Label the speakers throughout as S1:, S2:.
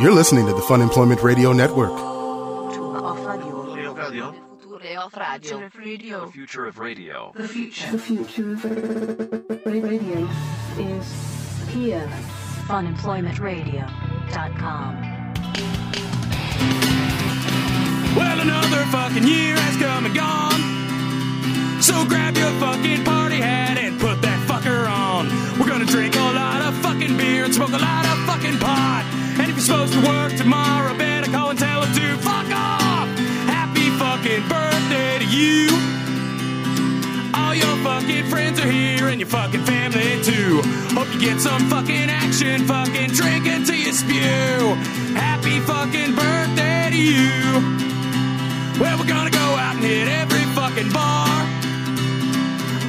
S1: You're listening to the Fun Employment Radio Network.
S2: The future of radio.
S3: The future. The future of radio is here.
S4: funemploymentradio.com.
S5: Well, another fucking year has come and gone. So grab your fucking party hat and put that fucker on. We're gonna drink a lot of fucking beer and smoke a lot of fucking pot. And if you're supposed to work tomorrow, better call and tell them to fuck off. Happy fucking birthday to you. All your fucking friends are here and your fucking family too. Hope you get some fucking action, fucking drink until you spew. Happy fucking birthday to you. Well, we're gonna go out and hit every fucking bar.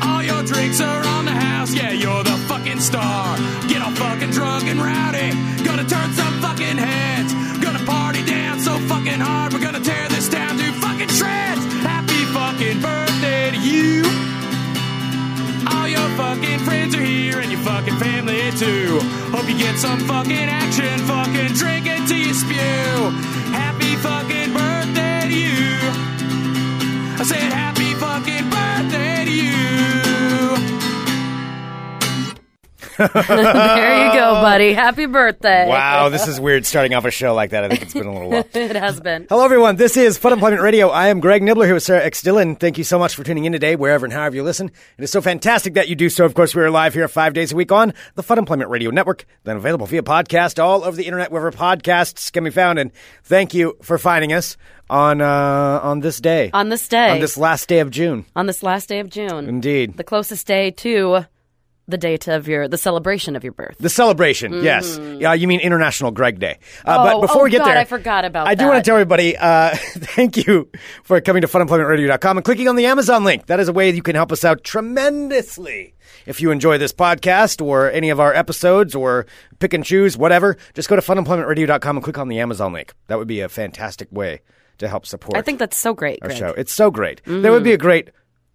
S5: All your drinks are on the house, yeah, you're the fucking star. Get all fucking drunk and rowdy, gonna turn some fucking heads. Gonna party down so fucking hard, we're gonna tear this town to fucking shreds. Happy fucking birthday to you. All your fucking friends are here and your fucking family too. Hope you get some fucking action, fucking drink until you spew. Happy fucking birthday to you. I said happy fucking birthday to you.
S4: There you go, buddy. Happy birthday.
S6: Wow, this is weird starting off a show like that. I think it's been a little while.
S4: It has been.
S6: Hello, everyone. This is Fun Employment Radio. I am Greg Nibbler here with Sarah X. Dillon. Thank you so much for tuning in today, wherever and however you listen. It is so fantastic that you do so. Of course, we are live here five days a week on the Fun Employment Radio Network, then available via podcast all over the internet, wherever podcasts can be found. And thank you for finding us on uh, on this day,
S4: On this day,
S6: on this last day of June.
S4: on this last day of June,
S6: Indeed.
S4: the closest day to the date of your the celebration of your birth.
S6: The celebration, yes. Yeah, you mean International Greg Day. Uh,
S4: Mm-hmm. Oh,
S6: but before
S4: oh
S6: we get
S4: God,
S6: there,
S4: I forgot about
S6: I do want
S4: that.
S6: to tell everybody, uh, thank you for coming to funemploymentradio.com and clicking on the Amazon link. That is a way you can help us out tremendously. If you enjoy this podcast or any of our episodes or pick and choose, whatever, just go to funemploymentradio.com and click on the Amazon link. That would be a fantastic way to help support
S4: I think that's so great, Mm-hmm.
S6: our
S4: Greg.
S6: show. It's so great. That would be a great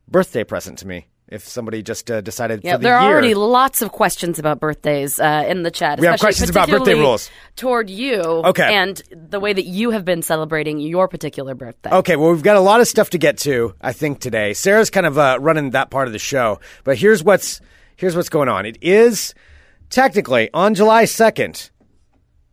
S6: birthday present to me if somebody just uh, decided
S4: Yeah,
S6: for the
S4: there are
S6: year.
S4: already lots of questions about birthdays uh, in the chat.
S6: We have
S4: especially-
S6: questions about birthday
S4: particularly
S6: rules.
S4: toward you.
S6: Okay.
S4: and the way that you have been celebrating your particular birthday.
S6: Okay, well, we've got a lot of stuff to get to, I think, today. Sarah's kind of uh, running that part of the show, but here's what's here's what's going on. It is technically on July second,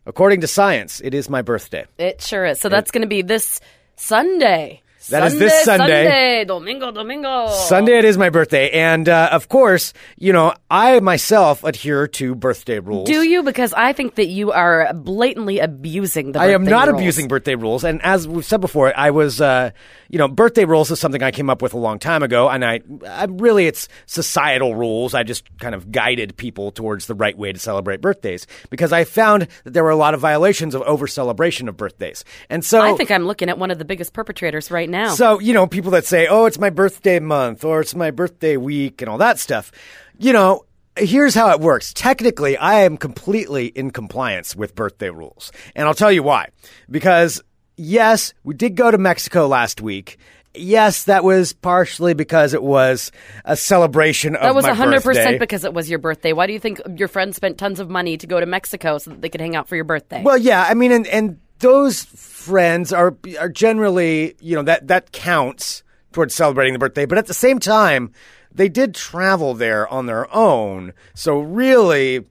S6: according to science, it is my birthday.
S4: It sure is. So that's going to be this Sunday.
S6: That is this Sunday.
S4: Sunday, Domingo, Domingo.
S6: Sunday, it is my birthday, and uh, of course, you know, I myself adhere to birthday rules.
S4: Do you? Because I think that you are blatantly abusing the.
S6: I am
S4: birthday
S6: not
S4: rules.
S6: abusing birthday rules, and as we've said before, I was, uh, you know, birthday rules is something I came up with a long time ago, and I, I really, it's societal rules. I just kind of guided people towards the right way to celebrate birthdays because I found that there were a lot of violations of over celebration of birthdays, and so
S4: I think I'm looking at one of the biggest perpetrators right now.
S6: so, you know, people that say, oh, it's my birthday month or it's my birthday week and all that stuff, you know, here's how it works. Technically, I am completely in compliance with birthday rules. And I'll tell you why. Because, yes, we did go to Mexico last week. Yes, that was partially because it was a celebration of
S4: that was
S6: my
S4: 100%
S6: birthday.
S4: because it was your birthday. Why do you think your friends spent tons of money to go to Mexico so that they could hang out for your birthday?
S6: Well, yeah, I mean, and and those friends are are generally, you know, that that counts towards celebrating the birthday. But at the same time, they did travel there on their own, so really.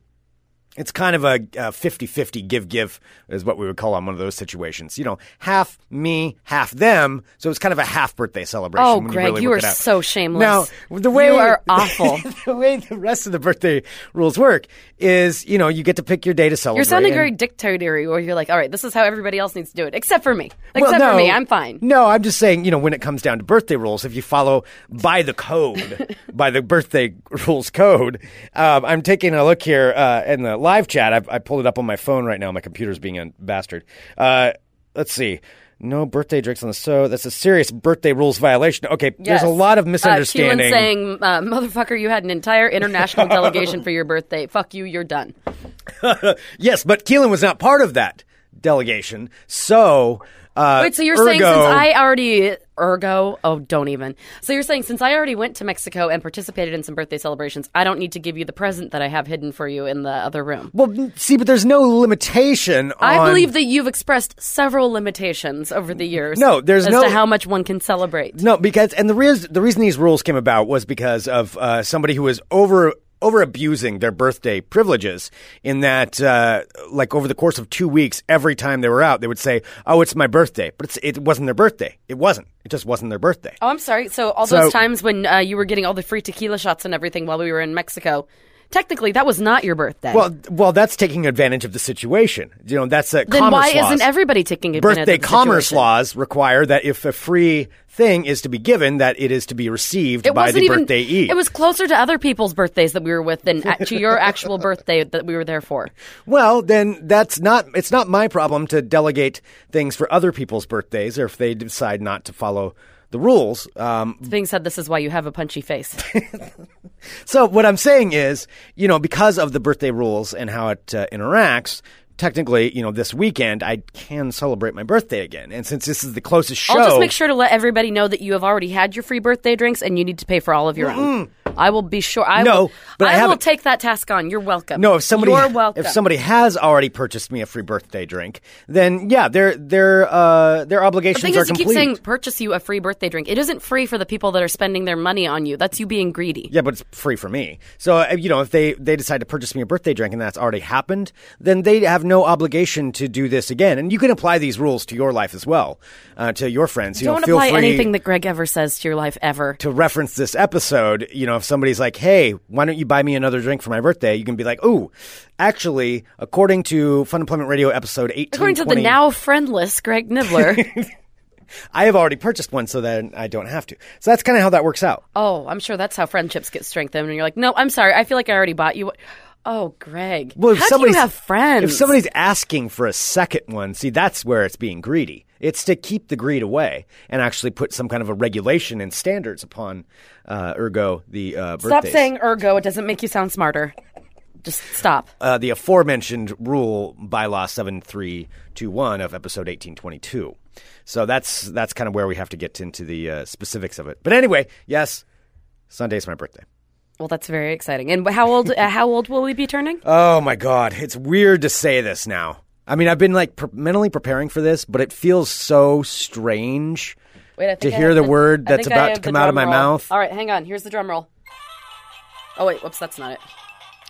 S6: It's kind of a, a 50-50 give-give is what we would call on one of those situations. You know, half me, half them. So it's kind of a half birthday celebration.
S4: Oh,
S6: when
S4: Greg,
S6: you, really
S4: you
S6: work
S4: are
S6: it out.
S4: so shameless.
S6: Now, the way
S4: You are awful.
S6: the way the rest of the birthday rules work is, you know, you get to pick your day to celebrate.
S4: You're sounding
S6: and-
S4: very dictatorial, where you're like, all right, this is how everybody else needs to do it, except for me.
S6: well,
S4: Except
S6: no,
S4: for me, I'm fine.
S6: No, I'm just saying, you know, when it comes down to birthday rules, if you follow by the code, by the birthday rules code, um, I'm taking a look here uh, in the live chat. I, I pulled it up on my phone right now. My computer's being a bastard. Uh, let's see. No birthday drinks on the show. That's a serious birthday rules violation. Okay, there's a lot of misunderstanding.
S4: Uh, Keelan saying, uh, motherfucker, you had an entire international delegation for your birthday. Fuck you, you're done.
S6: yes, but Keelan was not part of that delegation. So, uh,
S4: Wait, so you're
S6: ergo,
S4: saying since I already Ergo, oh, don't even. So you're saying since I already went to Mexico and participated in some birthday celebrations, I don't need to give you the present that I have hidden for you in the other room.
S6: Well, n- see, but there's no limitation. On,
S4: I believe that you've expressed several limitations over the years.
S6: No, there's
S4: as
S6: no-
S4: to how much one can celebrate.
S6: No, because and the reason the reason these rules came about was because of uh, somebody who was over over abusing their birthday privileges. In that, uh, like over the course of two weeks, every time they were out, they would say, "Oh, it's my birthday," but it's, it wasn't their birthday. It wasn't. It just wasn't their birthday.
S4: Oh, I'm sorry. So all
S6: So-
S4: those times when uh, you were getting all the free tequila shots and everything while we were in Mexico, technically that was not your birthday.
S6: Well, well, that's taking advantage of the situation. You know, that's a
S4: then
S6: commerce
S4: why
S6: laws.
S4: isn't everybody taking advantage
S6: birthday
S4: of the
S6: commerce
S4: situation?
S6: laws require that if a free thing is to be given, that it is to be received
S4: It
S6: by
S4: wasn't
S6: the
S4: even.
S6: birthday eve.
S4: It was closer to other people's birthdays that we were with than at, to your actual birthday that we were there for.
S6: Well, then that's not it's not my problem to delegate things for other people's birthdays or if they decide not to follow the rules. Um,
S4: Being said, this is why you have a punchy face.
S6: so what I'm saying is, you know, because of the birthday rules and how it uh, interacts, technically, you know, this weekend I can celebrate my birthday again. And since this is the closest show,
S4: I'll just make sure to let everybody know that you have already had your free birthday drinks and you need to pay for all of your own. I will be sure. I
S6: No,
S4: will,
S6: but I
S4: I will
S6: haven't-
S4: take that task on. You're welcome.
S6: No, if somebody
S4: you're welcome.
S6: if somebody has already purchased me a free birthday drink, then yeah, their their uh, their
S4: The
S6: obligations
S4: thing
S6: are
S4: is, you
S6: complete.
S4: keep saying purchase you a free birthday drink. It isn't free for the people that are spending their money on you. That's you being greedy.
S6: Yeah, but it's free for me. So uh, you know, if they they decide to purchase me a birthday drink and that's already happened, then they have no obligation to do this again. And you can apply these rules to your life as well, uh, to your friends. You know,
S4: Don't
S6: feel
S4: apply
S6: free
S4: anything that Greg ever says to your life ever.
S6: to reference this episode. You know, if somebody's like, "Hey, why don't you buy me another drink for my birthday?" You can be like, "Ooh, actually, according to Fun Employment Radio episode eighteen,
S4: According to the now friendless Greg Nibbler.
S6: I have already purchased one, so then I don't have to." So that's kind of how that works out.
S4: oh, I'm sure that's how friendships get strengthened. And you're like, no, I'm sorry. I feel like I already bought you. one." Oh, Greg.
S6: Well, if
S4: how do you
S6: somebody's-
S4: have friends?
S6: If somebody's asking for a second one, see, that's where it's being greedy. It's to keep the greed away and actually put some kind of a regulation and standards upon, uh, ergo, the uh, birthdays.
S4: Stop saying ergo. It doesn't make you sound smarter. Just stop.
S6: uh, the aforementioned rule bylaw seven three two one of episode eighteen twenty two. So that's that's kind of where we have to get into the uh, specifics of it. But anyway, yes, Sunday's my birthday.
S4: Well, that's very exciting. And how old? Uh, how old will we be turning?
S6: Oh my God, it's weird to say this now. I mean, I've been like pre- mentally preparing for this, but it feels so strange
S4: Wait,
S6: to
S4: I think I
S6: hear
S4: have
S6: the word
S4: I
S6: that's
S4: think I
S6: about
S4: have
S6: to
S4: the
S6: come out of my
S4: drum roll.
S6: mouth
S4: All right, hang on. Here's the drum roll. Oh wait, whoops, that's not it.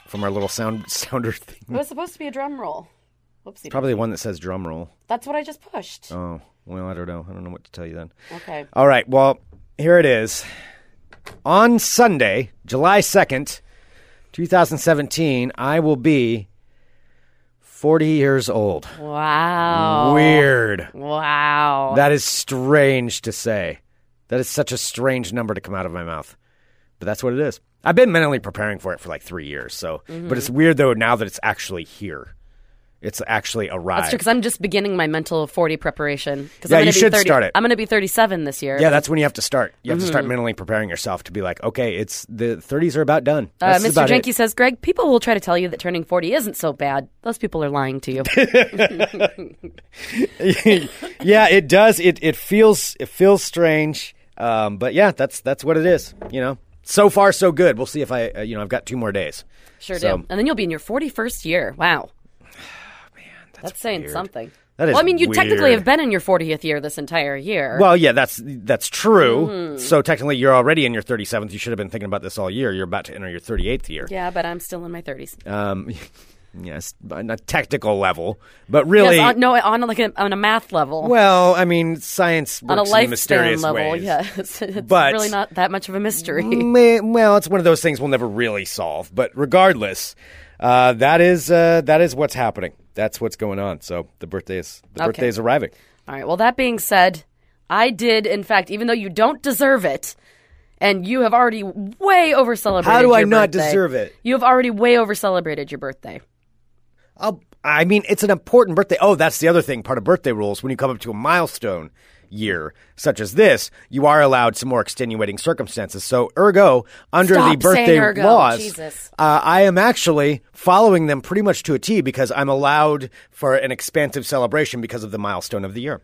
S6: from our little sound sounder thing.
S4: It was supposed to be a drum roll. Whoopsie.
S6: Hmm. Probably the one that says drum roll.
S4: That's what I just pushed.
S6: Oh, well, I don't know. I don't know what to tell you then.
S4: Okay.
S6: All right. Well, here it is. On Sunday, July 2nd, 2017, I will be 40 years old.
S4: Wow.
S6: Weird.
S4: Wow.
S6: That is strange to say. That is such a strange number to come out of my mouth. But that's what it is. I've been mentally preparing for it for like three years. So, but
S4: Mm-hmm.
S6: it's weird though now that it's actually here. It's actually
S4: That's true
S6: arrived.
S4: because I'm just beginning my mental 40 preparation. 'Cause
S6: Yeah,
S4: I'm gonna
S6: you
S4: be
S6: should
S4: 30
S6: start it.
S4: I'm going to be 37 this year. Uh,
S6: yeah, that's when you have to start. You have to
S4: Mm-hmm.
S6: start mentally preparing yourself to be like, okay, it's the 30s are about done.
S4: Uh,
S6: That's
S4: Mr.
S6: about it.
S4: Jenke says, Greg, people will try to tell you that turning 40 isn't so bad. Those people are lying to you.
S6: yeah, it does. It it feels it feels strange. Um, but yeah, that's that's what it is. You know, so far so good. We'll see if I uh, you know I've got two more days.
S4: Sure
S6: So-
S4: do. And then you'll be in your 41st year. Wow. Man, that's, saying
S6: weird.
S4: something.
S6: That is
S4: well, I mean, you technically
S6: weird.
S4: have been in your 40th year this entire year.
S6: Well, yeah, that's that's true.
S4: Mm-hmm.
S6: So technically, you're already in your 37th. You should have been thinking about this all year. You're about to enter your 38th year.
S4: yeah, but I'm still in my 30s.
S6: Um, yes, on a technical level, but really,
S4: Yes, on, no, on like a, on a math level,
S6: well, I mean, science works
S4: on a
S6: in
S4: lifespan
S6: mysterious
S4: level.
S6: ways.
S4: Yes, it's
S6: But-
S4: really not that much of a mystery.
S6: Meh, well, it's one of those things we'll never really solve. But regardless, uh, that is uh, that is what's happening. That's what's going on. So the birthday is the
S4: Okay.
S6: birthday is arriving.
S4: All right. Well, that being said, I did, in fact, even though you don't deserve it, and you have already way over celebrated.
S6: How do I
S4: your
S6: not
S4: birthday,
S6: deserve it?
S4: You have already way over celebrated your birthday.
S6: I'll, Oh, I mean, it's an important birthday. Oh, that's the other thing. Part of birthday rules when you come up to a milestone year such as this, you are allowed some more extenuating circumstances. So, ergo, under
S4: Stop
S6: the birthday
S4: saying ergo.
S6: laws,
S4: Jesus.
S6: Uh, I am actually following them pretty much to a T because I'm allowed for an expansive celebration because of the milestone of the year.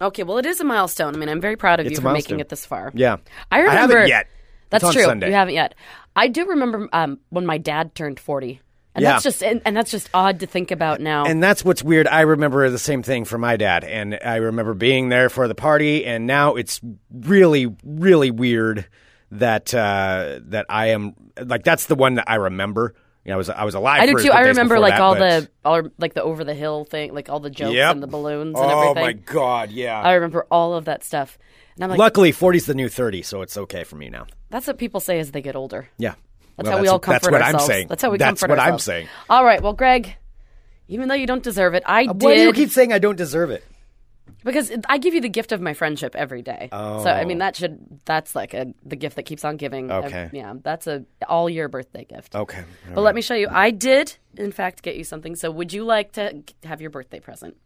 S4: Okay, well, it is a milestone. I mean, I'm very proud of
S6: It's
S4: you
S6: a
S4: for
S6: milestone.
S4: making it this far.
S6: Yeah.
S4: I remember.
S6: haven't yet.
S4: That's
S6: it's on
S4: true.
S6: Sunday.
S4: You haven't yet. I do remember um, when my dad turned 40. And
S6: Yeah.
S4: that's just and, and that's just odd to think about now.
S6: And that's what's weird. I remember the same thing for my dad, and I remember being there for the party. And now it's really, really weird that uh, that I am like that's the one that I remember. You know, I was I was alive.
S4: I do
S6: for his
S4: too. I
S6: birthdays
S4: remember
S6: before
S4: like
S6: that,
S4: all
S6: but-
S4: the all like the over the hill thing, like all the jokes
S6: Yep.
S4: and the balloons and
S6: Oh
S4: everything.
S6: my god! Yeah.
S4: I remember all of that stuff. And I'm like,
S6: Luckily, 40's the new 30, so it's okay for me now.
S4: that's what people say as they get older.
S6: Yeah.
S4: That's
S6: Well,
S4: how we all
S6: That's
S4: comfort
S6: what
S4: ourselves.
S6: I'm saying.
S4: That's how we
S6: That's
S4: comfort
S6: what
S4: ourselves.
S6: I'm saying.
S4: All right, well, Greg, even though you don't deserve it, I did
S6: Why do you keep saying I don't deserve it?
S4: because I give you the gift of my friendship every day. So I mean, that should that's like a, the gift that keeps on giving. Uh,
S6: Oh. Okay. Oh,
S4: yeah, that's a all year birthday gift.
S6: Okay.
S4: But let me show you. I did, in fact, get you something. So, would you like to g- have your birthday present?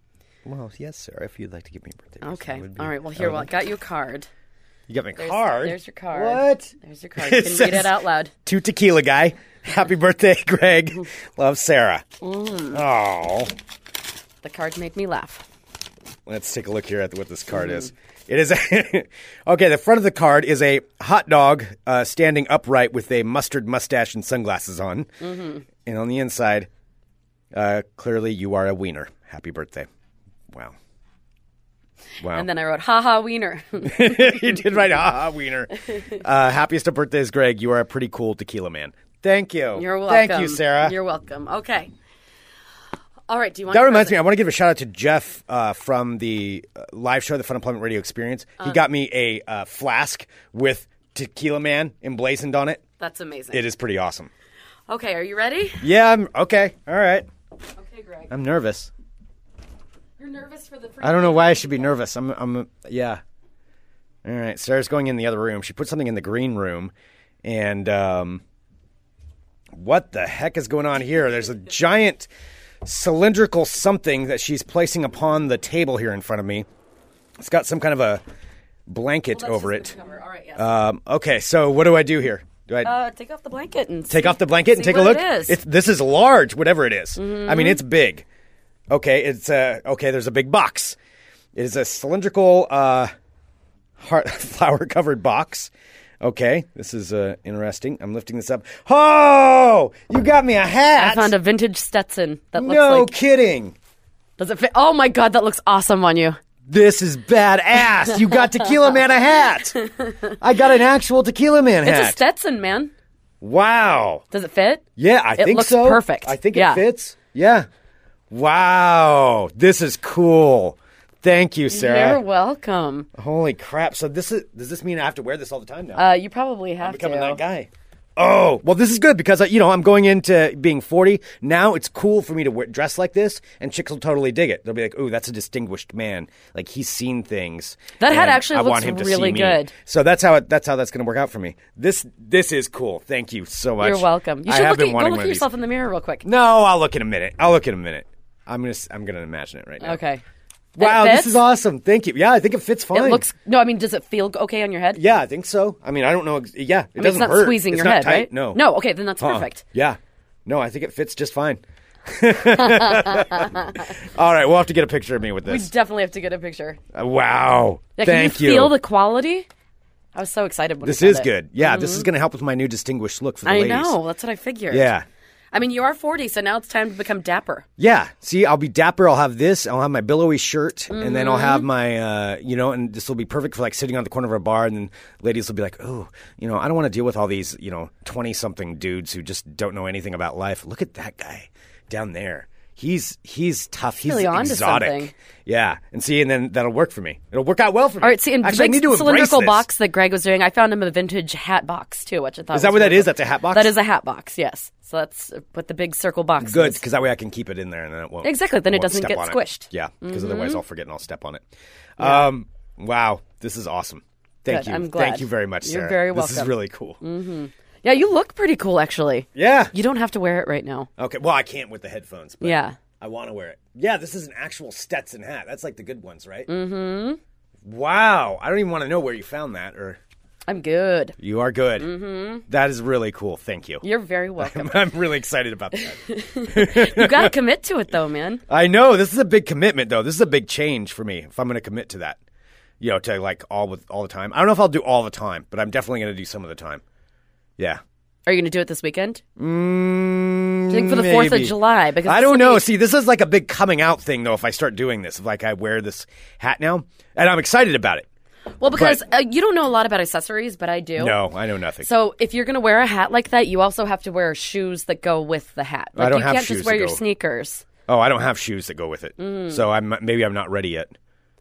S6: Well, yes, sir. If you'd like to give me a birthday. present,
S4: Okay.
S6: it would be-
S4: All right. Well, here, well, I got you a card.
S6: You got me a
S4: There's,
S6: card.
S4: There's your card.
S6: What?
S4: There's your card. You
S6: It
S4: can read
S6: says-
S4: it out loud.
S6: To tequila guy. Happy birthday, Greg. Love, Sarah.
S4: Mm.
S6: Oh.
S4: The card made me laugh.
S6: Let's take a look here at what this card is. It is okay. The front of the card is a hot dog uh, standing upright with a mustard mustache and sunglasses on,
S4: Mm-hmm.
S6: and on the inside, uh, clearly you are a wiener. Happy birthday! Wow, wow.
S4: And then I wrote, "Ha ha, wiener."
S6: you did right, ah, wiener. Uh, happiest of birthdays, Greg. You are a pretty cool tequila man. Thank you.
S4: You're welcome.
S6: Thank you, Sarah.
S4: You're welcome. Okay. All right. Do you want
S6: That
S4: your
S6: reminds me, I
S4: present?
S6: want to give a shout out to Jeff uh, from the uh, live show, the Fun Employment Radio Experience. He got me a uh, flask with Tequila Man emblazoned on it.
S4: That's amazing.
S6: It is pretty awesome.
S4: Okay. Are you ready?
S6: Yeah, I'm okay. All right.
S4: Okay, Greg.
S6: I'm nervous.
S4: You're nervous for the. Free
S6: Um, I don't know why I should be nervous. I'm, I'm, yeah. All right. Sarah's going in the other room. She put something in the green room, and um, what the heck is going on here? There's a giant cylindrical something that she's placing upon the table here in front of me. It's got some kind of a blanket
S4: That's
S6: over
S4: just
S6: it.
S4: the cover. All right. Yes.
S6: Um, okay. So what do I do here? Do I?
S4: Uh, take off the blanket and
S6: take
S4: see-
S6: off the blanket and
S4: see
S6: take a
S4: what
S6: look.
S4: It is. Mm-hmm.
S6: It's this is large, whatever it is. I mean, it's big. Okay, it's uh, okay. There's a big box. It is a cylindrical, uh, heart flower covered box. Okay, this is uh, interesting. I'm lifting this up. Oh, you got me a hat.
S4: I found a vintage Stetson that looks
S6: no
S4: like.
S6: kidding.
S4: Does it fit? Oh my god, that looks awesome on you.
S6: This is badass. You got Tequila Man a hat. I got an actual Tequila Man
S4: It's
S6: hat.
S4: a Stetson, man.
S6: wow.
S4: Does it fit?
S6: Yeah, I
S4: It
S6: think
S4: looks
S6: so.
S4: perfect.
S6: I think
S4: Yeah.
S6: it fits. Yeah. Wow, this is cool. Thank you,
S4: You're
S6: Sarah. Oh.
S4: welcome.
S6: Holy crap! So this is. Does this mean I have to wear this all the time now?
S4: Uh, you probably have
S6: Becoming
S4: to.
S6: that guy. Oh well, this is good because uh, you know I'm going into being 40 now. It's cool for me to wear, dress like this, and chicks will totally dig it. They'll be like, "Oh, that's a distinguished man. Like he's seen things."
S4: That hat
S6: and
S4: actually
S6: I
S4: looks
S6: want him to see
S4: really
S6: me."
S4: good.
S6: So that's how it, that's how that's going to work out for me. This this is cool. Thank you so much.
S4: You're welcome. You
S6: I
S4: should
S6: have
S4: look
S6: been
S4: at, go
S6: wanting
S4: look
S6: one
S4: at
S6: of these.
S4: yourself in the mirror real quick.
S6: No, I'll look in a minute. I'll look in a minute. I'm gonna s- I'm gonna imagine it right now.
S4: Okay. It
S6: Wow, this
S4: fits?
S6: is awesome. Thank you. Yeah, I think it fits
S4: It
S6: fine.
S4: looks. No, I mean, does it feel okay on your head?
S6: Yeah, I think so. I mean, I don't know. ex- Yeah, it
S4: I mean,
S6: doesn't
S4: it's not
S6: hurt.
S4: squeezing
S6: It's
S4: your
S6: not
S4: head,
S6: tight.
S4: right?
S6: No.
S4: No. Okay, then that's
S6: Uh-uh.
S4: perfect.
S6: Yeah. No, I think it fits just fine. All right, we'll have to get a picture of me with
S4: We
S6: this.
S4: definitely have to get a picture.
S6: Uh, wow.
S4: Yeah, can
S6: Thank
S4: you. Feel the quality. I was so excited when
S6: this
S4: I found
S6: is
S4: it. Mm-hmm.
S6: good. Yeah, this is going to help with my new distinguished look for the
S4: I
S6: ladies.
S4: know. That's what I figured.
S6: Yeah.
S4: I mean, you are 40, so now it's time to become dapper.
S6: Yeah. See, I'll be dapper. I'll have this. I'll have my billowy shirt, and then I'll
S4: Mm-hmm.
S6: have my, uh, you know, and this will be perfect for like sitting on the corner of a bar, and then ladies will be like, "Oh, you know, I don't want to deal with all these, you know, twenty-something dudes who just don't know anything about life. Look at that guy down there. He's he's tough. He's
S4: really onto
S6: exotic.
S4: something.
S6: Yeah. And see, and then that'll work for me. It'll work out well for me.
S4: All right, see, and
S6: Actually, I
S4: the
S6: need
S4: big
S6: to embrace
S4: cylindrical
S6: this.
S4: box that Greg was doing, I found him a vintage hat box too, which I thought
S6: Is that
S4: was
S6: what that
S4: really
S6: is?
S4: cool.
S6: That's a hat box?
S4: That is a hat box, yes. So that's uh, what the big circle box.
S6: Good,
S4: is.
S6: because that way I can keep it in there and then it won't.
S4: Exactly, then it
S6: won't
S4: doesn't
S6: step
S4: get
S6: on it.
S4: squished. Mm-hmm.
S6: Yeah, because otherwise I'll forget and I'll step on it. Um, wow, this is awesome. Thank
S4: Good,
S6: you.
S4: I'm
S6: Thank
S4: glad.
S6: you very much,
S4: You're
S6: Sarah.
S4: very
S6: This is
S4: welcome. Mm-hmm.
S6: really cool.
S4: Yeah, you look pretty cool actually.
S6: Yeah.
S4: You don't have to wear it right now.
S6: Okay. Well, I can't with the headphones. But
S4: Yeah.
S6: I want to wear it. Yeah, this is an actual Stetson hat. That's like the good ones, right? Mm-hmm. Wow. I don't even want to know where you found that or.
S4: I'm good.
S6: You are good. Mm-hmm. is really cool. Thank you.
S4: You're very welcome.
S6: I'm really excited about that.
S4: you got to commit to it though, man.
S6: I know this is a big commitment, though. This is a big change for me if I'm going to commit to that. You know, to like all with all the time. I don't know if I'll do all the time, but I'm definitely going to do some of the time. Yeah.
S4: Are you going to do it this weekend? Mm, do you think for the Fourth of
S6: maybe.
S4: July? Because
S6: I
S4: this
S6: don't
S4: will be-
S6: know. See, this is like a big coming out thing, though. If I start doing this, if like I wear this hat now, and I'm excited about it.
S4: Well, because uh, you don't know a lot about accessories, but I do.
S6: No, I know nothing.
S4: So if you're going to wear a hat like that, you also have to wear shoes that go with the hat. Like
S6: don't
S4: you
S6: have
S4: can't
S6: shoes
S4: just wear
S6: that
S4: your
S6: go-
S4: sneakers.
S6: oh, I don't have shoes that go with it,
S4: Mm.
S6: so I'm maybe I'm not ready yet.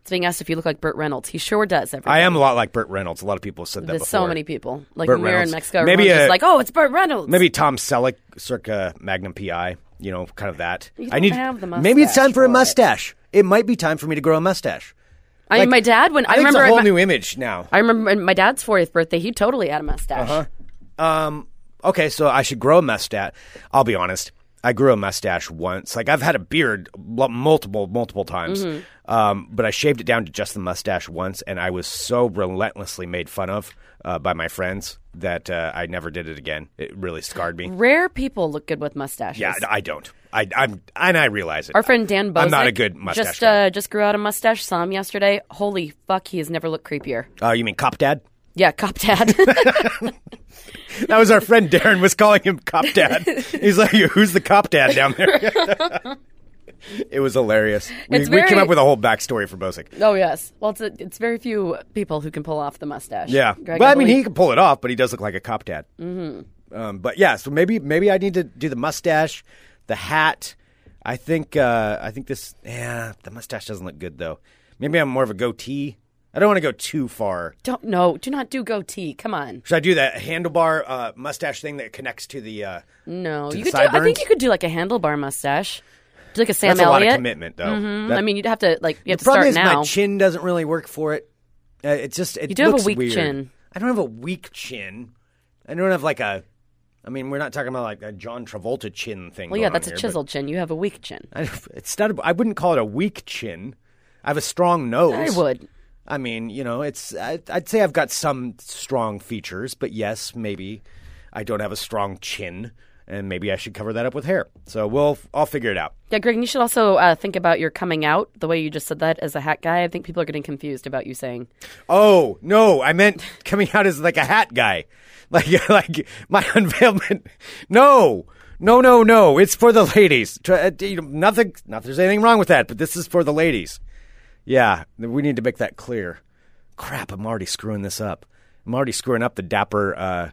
S4: It's being asked if you look like Burt Reynolds. He sure does. Everybody.
S6: I am a lot like Burt Reynolds. A lot of people have said that.
S4: There's
S6: before.
S4: so many people. Like
S6: Burt
S4: when we were in
S6: Reynolds.
S4: Mexico,
S6: Maybe
S4: everyone's
S6: a-
S4: just like, oh, it's Burt Reynolds.
S6: Maybe Tom Selleck circa Magnum PI, you know, kind of that.
S4: You
S6: I
S4: don't
S6: need
S4: have the
S6: Maybe it's
S4: mustache
S6: time for a
S4: for it.
S6: mustache. It. might be time for me to grow a mustache.
S4: I mean,
S6: like-
S4: my dad, when I,
S6: I, think
S4: remember.
S6: it's a
S4: at
S6: whole
S4: my,
S6: new image now.
S4: I remember at my dad's 40th birthday, he totally had a mustache.
S6: Uh-huh. Um, okay, so I should grow a mustache. I'll be honest. I grew a mustache once. Like I've had a beard lo- multiple, multiple times,
S4: Mm-hmm.
S6: um, but I shaved it down to just the mustache once, and I was so relentlessly made fun of uh, by my friends that uh, I never did it again. It really scarred me.
S4: Rare people look good with mustaches.
S6: Yeah, I don't. I, I'm, and I realize it.
S4: Our friend Dan Bozek
S6: I'm not a good mustache
S4: Just
S6: guy.
S4: uh, just grew out a mustache. Saw him yesterday. Holy fuck, he has never looked creepier.
S6: Uh, you mean Cop Dad?
S4: Yeah, cop dad.
S6: That was our friend Darren was calling him Cop Dad. He's like, who's the Cop Dad down there? it was hilarious. We,
S4: It's
S6: we came
S4: very-
S6: up with a whole backstory for Bosick.
S4: oh yes. Well, it's, it's very few people who can pull off the mustache.
S6: Yeah.
S4: Greg,
S6: well, I mean, he
S4: believe-
S6: can pull it off, but he does look like a Cop Dad. Mm-hmm. Um, but yeah, so maybe maybe I need to do the mustache, the hat. I think uh, I think this. Yeah, the mustache doesn't look good though. Maybe I'm more of a goatee. I don't want to go too far.
S4: don't no, do not do goatee. Come on.
S6: Should I do that handlebar uh, mustache thing that connects to the? Uh,
S4: No,
S6: To
S4: you
S6: the
S4: could. Do, I
S6: sideburns?
S4: think you could do like a handlebar mustache, do like a Sam
S6: that's a lot
S4: Elliott.
S6: of commitment though.
S4: Mm,
S6: That-
S4: I mean, you'd have to like you have to
S6: Problem
S4: start
S6: is,
S4: now.
S6: my chin doesn't really work for it. Uh, it's just it
S4: You do have a
S6: looks
S4: weak
S6: weird.
S4: chin.
S6: I don't have a weak chin. I don't have like a. I mean, we're not talking about like a John Travolta chin thing.
S4: well,
S6: going
S4: yeah,
S6: on
S4: that's
S6: here,
S4: a
S6: but
S4: chiseled chin. You have a weak chin.
S6: I, it's not. A, I wouldn't call it a weak chin. I have a strong
S4: I
S6: nose.
S4: would.
S6: I mean, you know, it's. I, I'd say I've got some strong features, but yes, maybe I don't have a strong chin, and maybe I should cover that up with hair. So we'll. I'll figure it out.
S4: Yeah, Greg, and you should also uh, think about your coming out. The way you just said that as a hat guy, I think people are getting confused about you saying
S6: Oh no, I meant coming out as like a hat guy, like like my unveilment. No, no, no, no. It's for the ladies. Tr- uh, You know, nothing. Not there's anything wrong with that, but this is for the ladies. Yeah, we need to make that clear. Crap, I'm already screwing this up. I'm already screwing up the dapper, uh,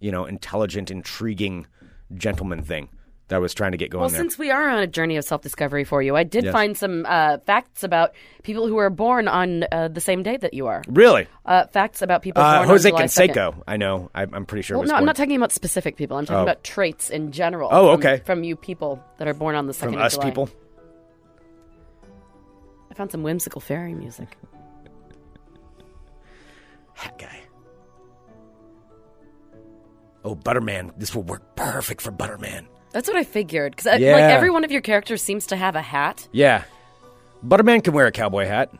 S6: you know, intelligent, intriguing gentleman thing that I was trying to get going
S4: Well,
S6: there.
S4: since we are on a journey of self discovery for you, I did find some uh, facts about people who are born on uh, the same day that you are.
S6: really,
S4: Uh, facts about people born
S6: uh,
S4: on
S6: Jose
S4: July 2nd.
S6: Canseco. I know. I, I'm pretty sure.
S4: Well,
S6: was
S4: no, I'm
S6: born-
S4: not talking about specific people. I'm talking about traits in general.
S6: Oh,
S4: from-
S6: okay.
S4: From, you people that are born on the second
S6: from
S4: of
S6: us
S4: July.
S6: people.
S4: I found some whimsical fairy music.
S6: Hat guy. Oh, Butterman. This will work perfect for Butterman.
S4: That's what I figured because
S6: Yeah.
S4: like every one of your characters seems to have a hat.
S6: Yeah. Butterman can wear a cowboy hat. Can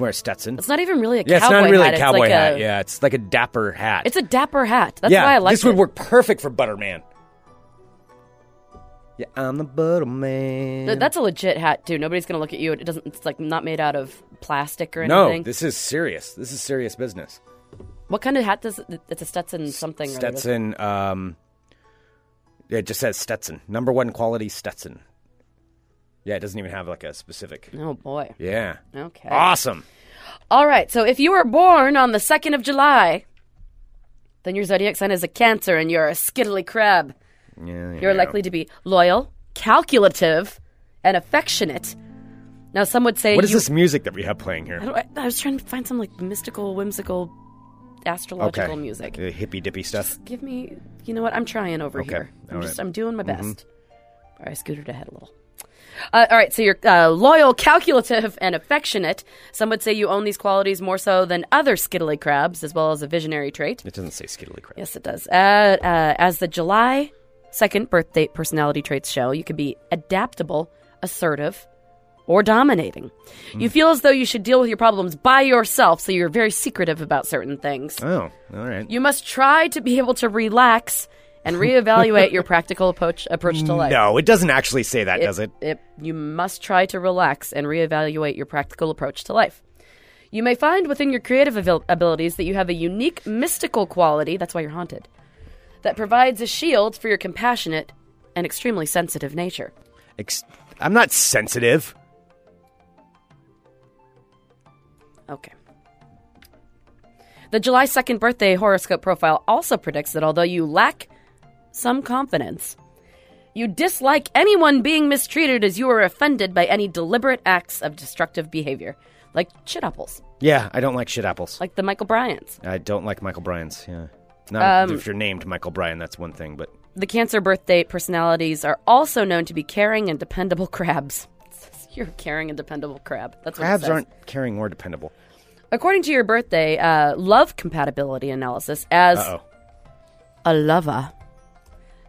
S6: wear a Stetson.
S4: It's not even really a
S6: yeah, it's
S4: cowboy
S6: not really
S4: hat.
S6: a cowboy
S4: it's like
S6: hat.
S4: A,
S6: Yeah, it's like a dapper hat.
S4: It's a dapper hat. That's
S6: yeah,
S4: why I like
S6: this would
S4: it.
S6: work perfect for Butterman. Yeah, I'm the Butterman.
S4: Th- That's a legit hat too. Nobody's gonna look at you. It doesn't. It's like not made out of plastic or
S6: no,
S4: anything.
S6: this is serious. This is serious business.
S4: What kind of hat does it? It's a Stetson something. or other.
S6: Stetson. Um, yeah, it just says Stetson. Number one quality Stetson. Yeah, it doesn't even have like a specific.
S4: Oh boy.
S6: Yeah.
S4: Okay.
S6: Awesome.
S4: All right. So if you were born on the second of July, then your zodiac sign is a Cancer, and you're a skittly crab. You're likely to be loyal, calculative, and affectionate. Now, some would say
S6: What is
S4: you-
S6: this music that we have playing
S4: I,
S6: here?
S4: don't, I, I was trying to find some like mystical, whimsical, astrological music.
S6: The hippy dippy stuff.
S4: Give me, you know what? I'm trying over
S6: Okay,
S4: here. I'm
S6: all
S4: just,
S6: right. Mm-hmm.
S4: I'm doing my best. All right, I scooted ahead a little. Uh, all right, so you're uh, loyal, calculative, and affectionate. Some would say you own these qualities more so than other skittily crabs, as well as a visionary trait.
S6: It doesn't say skiddly crap.
S4: Yes, it does. Uh, uh, as the July 2nd birthday personality traits show, you can be adaptable, assertive, or dominating.
S6: Hmm.
S4: You feel as though you should deal with your problems by yourself, so you're very secretive about certain things.
S6: Oh, all right.
S4: You must try to be able to relax and reevaluate your practical approach, approach to life.
S6: no, it doesn't actually say that, does it?
S4: You must try to relax and reevaluate your practical approach to life. You may find within your creative abil- abilities that you have a unique mystical quality, that's why you're haunted, that provides a shield for your compassionate and extremely sensitive nature.
S6: Ex- I'm not sensitive.
S4: Okay. The July 2nd birthday horoscope profile also predicts that although you lack some confidence, you dislike anyone being mistreated as you are offended by any deliberate acts of destructive behavior, like shit apples,
S6: Yeah, I don't like shit apples.
S4: like the Michael Bryans.
S6: I don't like Michael Bryan's. Yeah.
S4: Um,
S6: Not if you're named Michael Bryan, that's one thing, but
S4: The Cancer birthday personalities are also known to be caring and dependable crabs. You're a caring and dependable crab. That's what it
S6: crabs
S4: says.
S6: aren't caring or dependable.
S4: According to your birthday uh, love compatibility analysis, as
S6: Uh oh.
S4: a lover.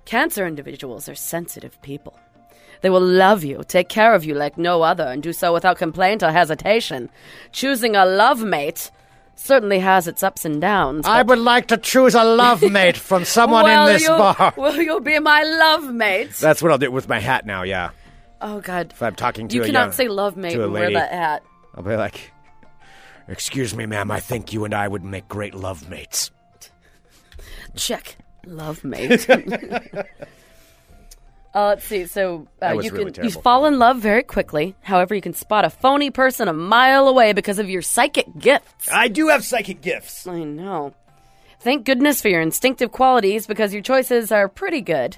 S4: Cancer individuals are sensitive people. They will love you, take care of you like no other, and do so without complaint or hesitation. Choosing a love mate certainly has its ups and downs.
S6: I would like to choose a love mate from someone
S4: Will
S6: in this
S4: you-
S6: bar.
S4: Will you be my love mate?
S6: That's what I'll do with my hat now, yeah.
S4: Oh, God.
S6: If I'm talking to
S4: You
S6: a
S4: cannot
S6: young-
S4: say love mate
S6: to a
S4: and wear
S6: lady.
S4: that hat.
S6: I'll be like, Excuse me, ma'am, I think you and I would make great love mates.
S4: Check. Love mate. Uh, let's see. So uh,
S6: That was
S4: you can
S6: really
S4: you
S6: terrible.
S4: fall in love very quickly. However, you can spot a phony person a mile away because of your psychic gifts.
S6: I do have psychic gifts.
S4: I know. Thank goodness for your instinctive qualities because your choices are pretty good.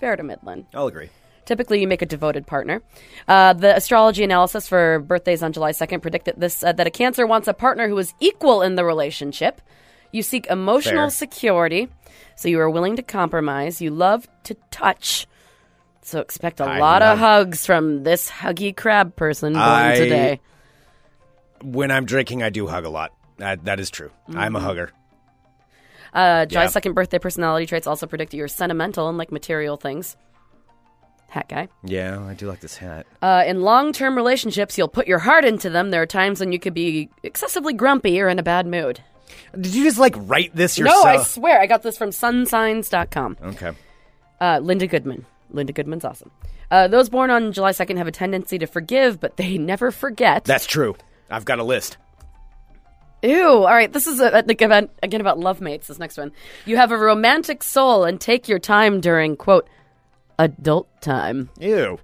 S4: Fair to Midland.
S6: I'll agree.
S4: Typically, you make a devoted partner. Uh, the astrology analysis for birthdays on July 2nd predicted this uh, that a Cancer wants a partner who is equal in the relationship. You seek emotional
S6: Fair.
S4: security, so you are willing to compromise. You love to touch, so expect a
S6: I
S4: lot
S6: love-
S4: of hugs from this huggy crab person born
S6: I-
S4: today.
S6: When I'm drinking, I do hug a lot. That, that is true. I'm a hugger.
S4: Uh, July
S6: Yeah.
S4: second birthday personality traits also predict that you're sentimental and like material things. Hat guy.
S6: Yeah, I do like this hat.
S4: Uh, in long-term relationships, you'll put your heart into them. There are times when you could be excessively grumpy or in a bad mood.
S6: Did you just like write this yourself?
S4: No, I swear, I got this from sunsigns.com.
S6: Okay.
S4: Uh, Linda Goodman. Linda Goodman's awesome. Uh, those born on July 2nd have a tendency to forgive, but they never forget.
S6: That's true. I've got a list.
S4: Ew. All right. This is a, a- like about, again about love mates. This next one. You have a romantic soul and take your time during, quote, adult time.
S6: Ew.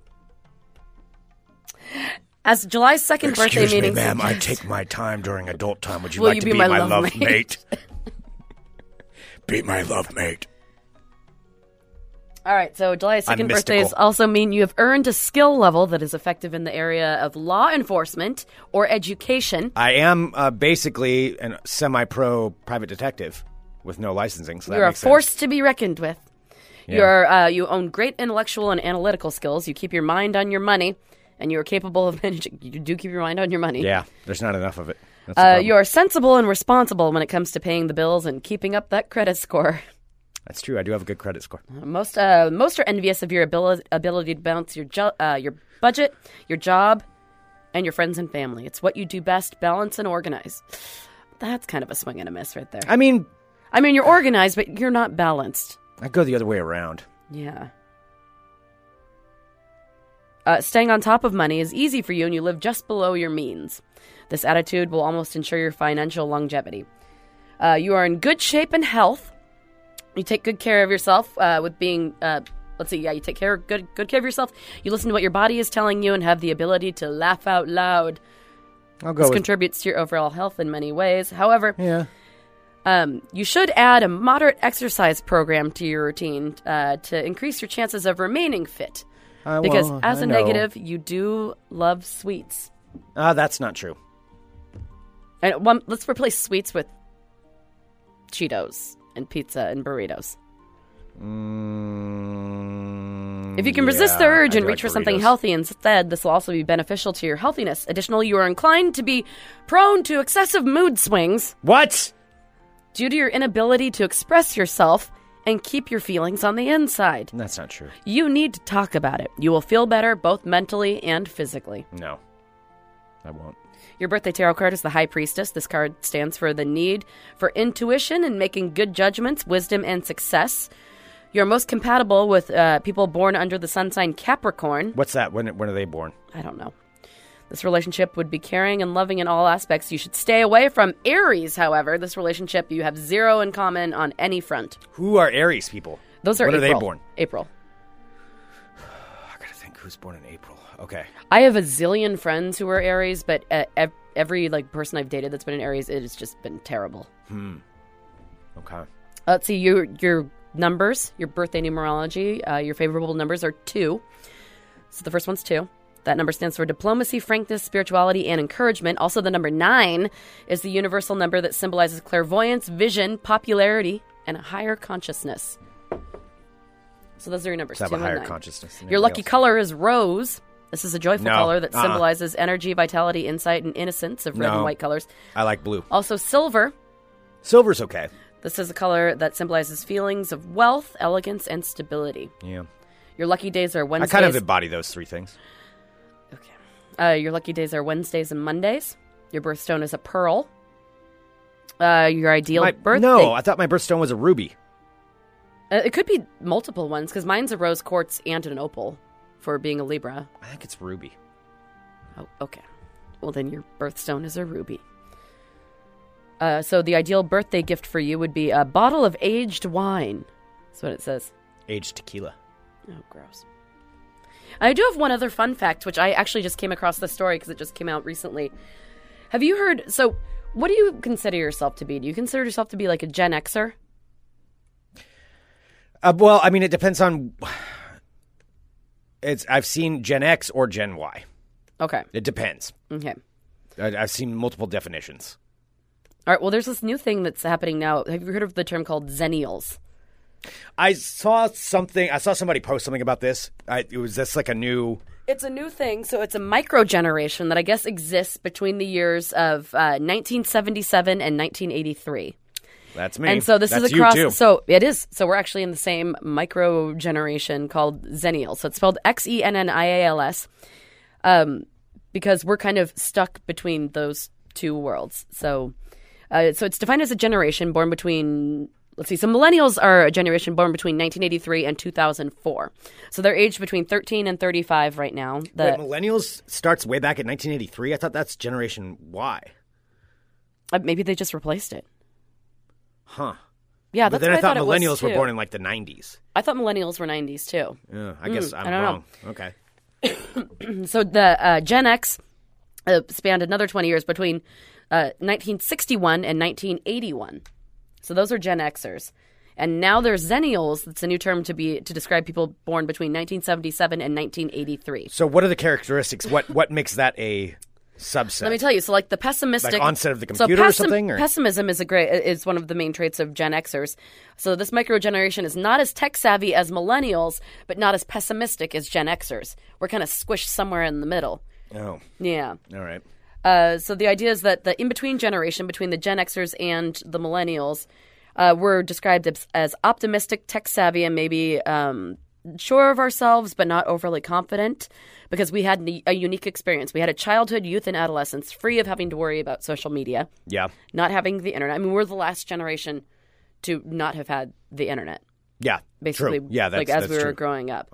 S4: As July 2nd birthday
S6: Excuse me,
S4: meetings.
S6: ma'am. I take my time during adult time. Would you
S4: Will
S6: like
S4: you
S6: to
S4: be
S6: be,
S4: my
S6: my
S4: love
S6: love
S4: mate?
S6: mate? be my love mate.
S4: All right, so July 2nd
S6: I'm
S4: birthdays
S6: mystical.
S4: also mean you have earned a skill level that is effective in the area of law enforcement or education.
S6: I am uh, basically a semi-pro private detective with no licensing. So that
S4: You're a
S6: makes sense.
S4: force to be reckoned with.
S6: Yeah.
S4: You're, uh, you own great intellectual and analytical skills. You keep your mind on your money, and you are capable of managing. You do keep your mind on your money.
S6: Yeah, there's not enough of it. That's the
S4: Uh,
S6: problem.
S4: you are sensible and responsible when it comes to paying the bills and keeping up that credit score.
S6: That's true. I do have a good credit score.
S4: Most uh, most are envious of your ability ability to balance your jo- uh, your budget, your job, and your friends and family. It's what you do best: balance and organize. That's kind of a swing and a miss right there.
S6: I mean,
S4: I mean, you're organized, but you're not balanced.
S6: I go the other way around.
S4: Yeah. Uh, staying on top of money is easy for you, and you live just below your means. This attitude will almost ensure your financial longevity. Uh, you are in good shape and health. You take good care of yourself uh, with being. Uh, let's see. Yeah, you take care good good care of yourself. You listen to what your body is telling you, and have the ability to laugh out loud.
S6: I'll go
S4: This
S6: with
S4: contributes to your overall health in many ways. However,
S6: yeah.
S4: um, you should add a moderate exercise program to your routine uh, to increase your chances of remaining fit.
S6: I-
S4: Because
S6: well,
S4: as
S6: I
S4: a
S6: know.
S4: negative, you do love sweets.
S6: Ah, that's not true.
S4: And one, let's replace sweets with Cheetos and pizza and burritos.
S6: Mm,
S4: If you can resist
S6: yeah,
S4: the urge
S6: I
S4: and
S6: do
S4: reach
S6: like
S4: for something
S6: burritos.
S4: healthy instead, this will also be beneficial to your healthiness. Additionally, you are inclined to be prone to excessive mood swings
S6: What?
S4: due to your inability to express yourself and keep your feelings on the inside.
S6: That's not true.
S4: You need to talk about it. You will feel better both mentally and physically.
S6: No, I won't.
S4: Your birthday tarot card is the High Priestess. This card stands for the need for intuition and making good judgments, wisdom, and success. You're most compatible with uh, people born under the sun sign Capricorn.
S6: What's that? When when are they born?
S4: I don't know. This relationship would be caring and loving in all aspects. You should stay away from Aries, however. This relationship, you have zero in common on any front.
S6: Who are Aries people?
S4: Those are
S6: when are they
S4: April.
S6: born?
S4: April.
S6: I gotta think who's born in April. Okay.
S4: I have a zillion friends who are Aries, but uh, ev- every like person I've dated that's been an Aries, it has just been terrible.
S6: Okay.
S4: Uh, Let's see your your numbers, your birthday numerology. Uh, your favorable numbers are two. So the first one's two. That number stands for diplomacy, frankness, spirituality, and encouragement. Also, the number nine is the universal number that symbolizes clairvoyance, vision, popularity, and a higher consciousness. So those are your numbers.
S6: So I have
S4: two
S6: a
S4: and
S6: higher
S4: nine.
S6: consciousness. than
S4: Your
S6: everybody
S4: lucky
S6: else.
S4: color is rose. This is a joyful
S6: No.
S4: color that
S6: Uh-uh.
S4: symbolizes energy, vitality, insight, and innocence of red
S6: No.
S4: and white colors.
S6: I like blue.
S4: Also, silver.
S6: Silver's okay.
S4: This is a color that symbolizes feelings of wealth, elegance, and stability.
S6: Yeah.
S4: Your lucky days are
S6: I
S4: Wednesdays.
S6: kind of embody those three things.
S4: Uh, your lucky days are Wednesdays and Mondays. Your birthstone is a pearl. Uh, your ideal
S6: My-
S4: birthday.
S6: No, I thought my birthstone was a ruby.
S4: Uh, it could be multiple ones because mine's a rose quartz and an opal for being a Libra.
S6: I think it's ruby.
S4: Oh, okay. Well, then your birthstone is a ruby. Uh, so the ideal birthday gift for you would be a bottle of aged wine. That's what it says.
S6: Aged tequila.
S4: Oh, gross. I do have one other fun fact, which I actually just came across the story because it just came out recently. Have you heard? So, what do you consider yourself to be? Do you consider yourself to be like a Gen Xer?
S6: Uh, well, I mean, it depends on. It's I've seen Gen X or Gen Y.
S4: Okay.
S6: It depends.
S4: Okay.
S6: I, I've seen multiple definitions.
S4: All right. Well, there's this new thing that's happening now. Have you heard of the term called Zennials?
S6: I saw something. I saw somebody post something about this. I, it was this like a new.
S4: It's a new thing. So it's a micro generation that I guess exists between the years of uh, 1977 and 1983.
S6: That's me.
S4: And so this
S6: That's
S4: is across.
S6: You too.
S4: So it is. So we're actually in the same micro generation called Xennials. So it's spelled X E N N I A L S, um, because we're kind of stuck between those two worlds. So, uh, so it's defined as a generation born between. Let's see. So millennials are a generation born between 1983 and 2004. So they're aged between 13 and 35 right now.
S6: Wait,
S4: The,
S6: millennials starts way back in 1983. I thought that's Generation Y.
S4: uh, maybe they just replaced it.
S6: Huh.
S4: Yeah,
S6: But
S4: that's
S6: then I
S4: what
S6: thought,
S4: it was,
S6: millennials were
S4: too.
S6: born in like the 90s.
S4: I thought millennials were 90s too.
S6: Yeah, I guess I'm
S4: Hmm, I don't know.
S6: wrong. Okay.
S4: so the uh, Gen X uh, spanned another 20 years between uh, 1961 and 1981. So those are Gen Xers. And now there's Zennials. That's a new term to be to describe people born between 1977 and 1983.
S6: So what are the characteristics? What what makes that a subset?
S4: Let me tell you. So, like the pessimistic
S6: Like onset of the
S4: so
S6: computer or something, or-
S4: Pessimism is a great is one of the main traits of Gen Xers. So this micro generation is not as tech savvy as millennials, but not as pessimistic as Gen Xers. We're kind of squished somewhere in the middle.
S6: oh,
S4: Yeah.
S6: all right.
S4: Uh, so the idea is that the in-between generation between the Gen Xers and the Millennials uh, were described as, as optimistic, tech-savvy, and maybe um, sure of ourselves, but not overly confident, because we had a unique experience. We had a childhood, youth, and adolescence free of having to worry about social media,
S6: Yeah,
S4: not having the internet. I mean, we're the last generation to not have had the internet
S6: yeah.
S4: basically
S6: True. Yeah, that's,
S4: like as
S6: that's
S4: we were
S6: true. Uh-huh.
S4: growing up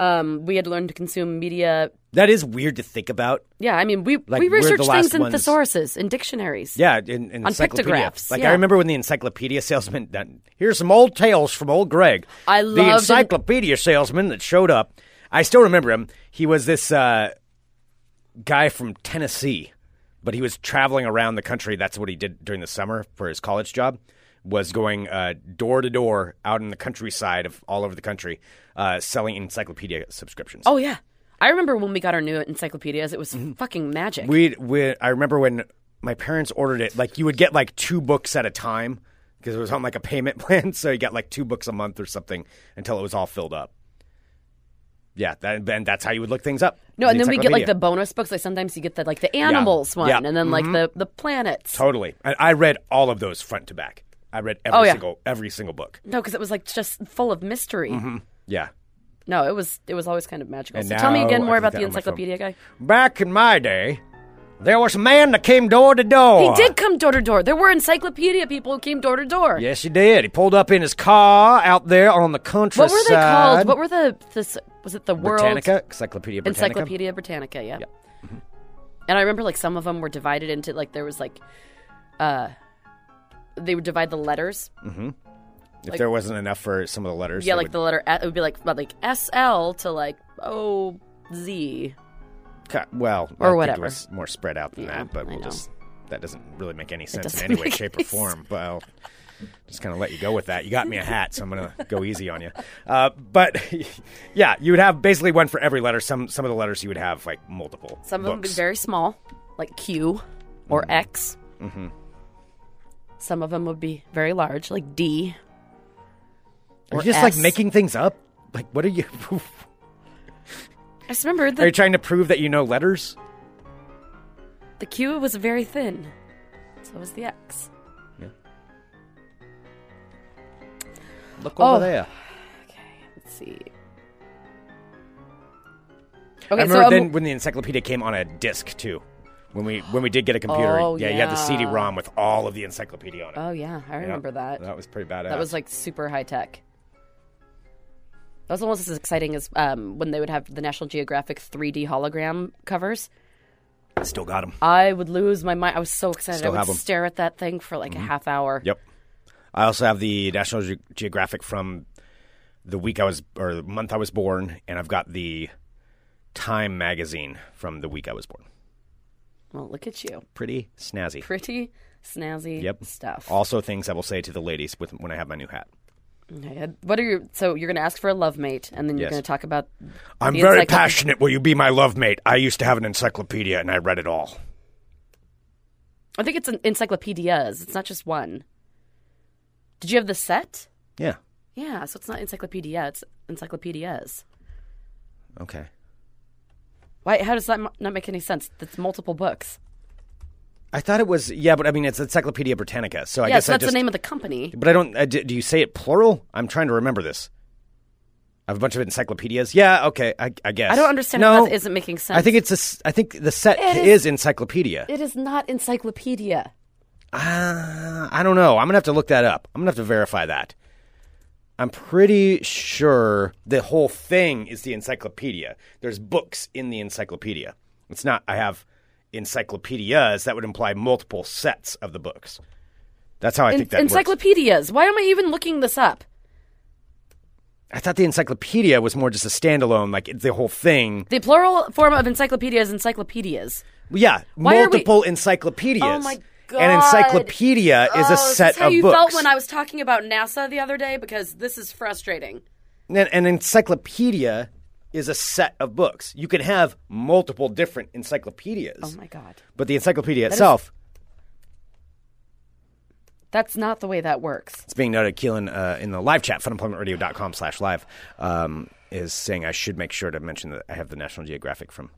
S4: um, we had learned to consume media
S6: That is weird to think about.
S4: yeah i mean we,
S6: Like,
S4: we
S6: we're the
S4: research
S6: last
S4: things in
S6: ones-
S4: thesauruses in dictionaries
S6: Yeah, in, in
S4: On
S6: encyclopedia.
S4: pictographs,
S6: Like
S4: yeah.
S6: I remember when the encyclopedia salesman. That, here's some old tales from old Greg.
S4: I
S6: the
S4: loved an-
S6: encyclopedia salesman that showed up. I still remember him. He was this uh, guy from Tennessee, but he was traveling around the country. That's what he did during the summer for his college job. Was going uh, door to door out in the countryside of all over the country, uh, selling encyclopedia subscriptions.
S4: Oh yeah, I remember when we got our new encyclopedias. It was fucking magic.
S6: Mm-hmm. We we I remember when my parents ordered it. Like you would get like two books at a time because it was on like a payment plan, so you got like two books a month or something until it was all filled up. Yeah, that, and that's how you would look things up.
S4: no, and then we get like the
S6: encyclopedia.
S4: bonus books. Like sometimes you get the like the animals one,
S6: Yeah. Mm-hmm.
S4: and then like the the planets.
S6: totally. I, I read all of those front to back. I read every
S4: Oh, yeah.
S6: single every single book.
S4: No, because it was like just full of mystery.
S6: Yeah.
S4: No, it was it was always kind of magical.
S6: Mm-hmm. And
S4: so tell me
S6: now
S4: again
S6: I
S4: more
S6: put
S4: about
S6: that
S4: the
S6: on my phone.
S4: encyclopedia guy.
S6: Back in my day, there was a man that came door to door.
S4: He did come door to door. There were encyclopedia people who came door to door.
S6: Yes, he did. He pulled up in his car out there on the countryside.
S4: What were they called? What were the this was it the world
S6: Britannica, Encyclopedia Britannica. Mm-hmm.
S4: Encyclopedia Britannica? Yeah. And I remember like some of them were divided into like there was like, uh, they would divide the letters.
S6: If there wasn't enough for some of the letters,
S4: yeah,
S6: they
S4: like
S6: would
S4: the letter it would be like about, like S L to like O Z.
S6: cut- well, I
S4: or
S6: think
S4: whatever.
S6: It was more spread out than
S4: Yeah,
S6: that, but
S4: I
S6: we'll
S4: know.
S6: just that doesn't really make any sense
S4: doesn't
S6: in any way,
S4: make
S6: shape, or
S4: any
S6: form. Well, just kind of let you go with that. You got me a hat, so I'm gonna go easy on you. Uh, but yeah, you would have basically one for every letter. Some some of the letters you would have like multiple.
S4: Some of them would be
S6: books. Mm-hmm.
S4: very small, like Q or X. Some of them would be very large, like D.
S6: Are
S4: or
S6: you just like
S4: S.
S6: making things up? Like, what are you?
S4: I just remember the
S6: are you trying to prove that you know letters?
S4: The Q was very thin. So was the X.
S6: Look
S4: Oh.
S6: over there.
S4: Let's see.
S6: I
S4: Okay,
S6: remember
S4: so
S6: then
S4: um,
S6: when the encyclopedia came on a disc too. When we when we did get a computer,
S4: Oh,
S6: yeah, you had the
S4: yeah.
S6: CD-ROM with all of the encyclopedia on it.
S4: Oh yeah, I
S6: Yeah.
S4: remember that.
S6: That was pretty badass.
S4: That was like super high tech. That was almost as exciting as um, when they would have the National Geographic 3D hologram covers.
S6: still got them.
S4: I would lose my mind. I was so excited.
S6: Still
S4: I would
S6: have 'em.
S4: stare at that thing for like a half hour.
S6: Yep. I also have the National Ge- Geographic from the week I was or the month I was born, and I've got the Time magazine from the week I was born.
S4: Well, look at you.
S6: Pretty snazzy.
S4: Pretty snazzy
S6: Yep.
S4: stuff.
S6: Also, things I will say to the ladies with when I have my new hat.
S4: Okay, What are your so you're going to ask for a love mate and then you're
S6: Yes.
S4: going to talk about
S6: I'm
S4: the
S6: very
S4: encyclope-
S6: passionate. Will you be my love mate? I used to have an encyclopedia, and I read it all.
S4: I think it's an encyclopedias. It's not just one. Did you have the set?
S6: Yeah.
S4: Yeah, so it's not encyclopedia, it's encyclopedias.
S6: Okay.
S4: Why how does that m- not make any sense? That's multiple books.
S6: I thought it was yeah, but I mean it's Encyclopedia Britannica, so I
S4: yeah,
S6: guess
S4: so
S6: I
S4: that's
S6: just.
S4: the name of the company.
S6: But I don't. I d do you say it plural? I'm trying to remember this. I have a bunch of encyclopedias. Yeah, okay, I, I guess.
S4: I don't understand
S6: no,
S4: how that isn't making sense.
S6: I think it's a s I think the set
S4: It
S6: is,
S4: is-
S6: encyclopedia.
S4: it is not encyclopedia.
S6: Ah, I don't know. I'm gonna have to look that up. I'm gonna have to verify that. I'm pretty sure the whole thing is the encyclopedia. There's books in the encyclopedia. It's not. I have encyclopedias. That would imply multiple sets of the books. That's how I think
S4: En-
S6: that works.
S4: encyclopedias. Why am I even looking this up?
S6: I thought the encyclopedia was more just a standalone, like the whole thing.
S4: The plural form of encyclopedia is encyclopedias.
S6: Yeah,
S4: Why are we-
S6: multiple encyclopedias.
S4: Oh my
S6: An
S4: God.
S6: encyclopedia is
S4: Oh,
S6: a set
S4: this is how
S6: of
S4: you
S6: books.
S4: felt when I was talking about NASA the other day because this is frustrating.
S6: An, an encyclopedia is a set of books. You can have multiple different encyclopedias,
S4: Oh my god.
S6: but the encyclopedia itself,
S4: That's not the way that works.
S6: it's being noted, Keelan, uh, in the live chat, funemploymentradio.com slash live, um, is saying I should make sure to mention that I have the National Geographic from,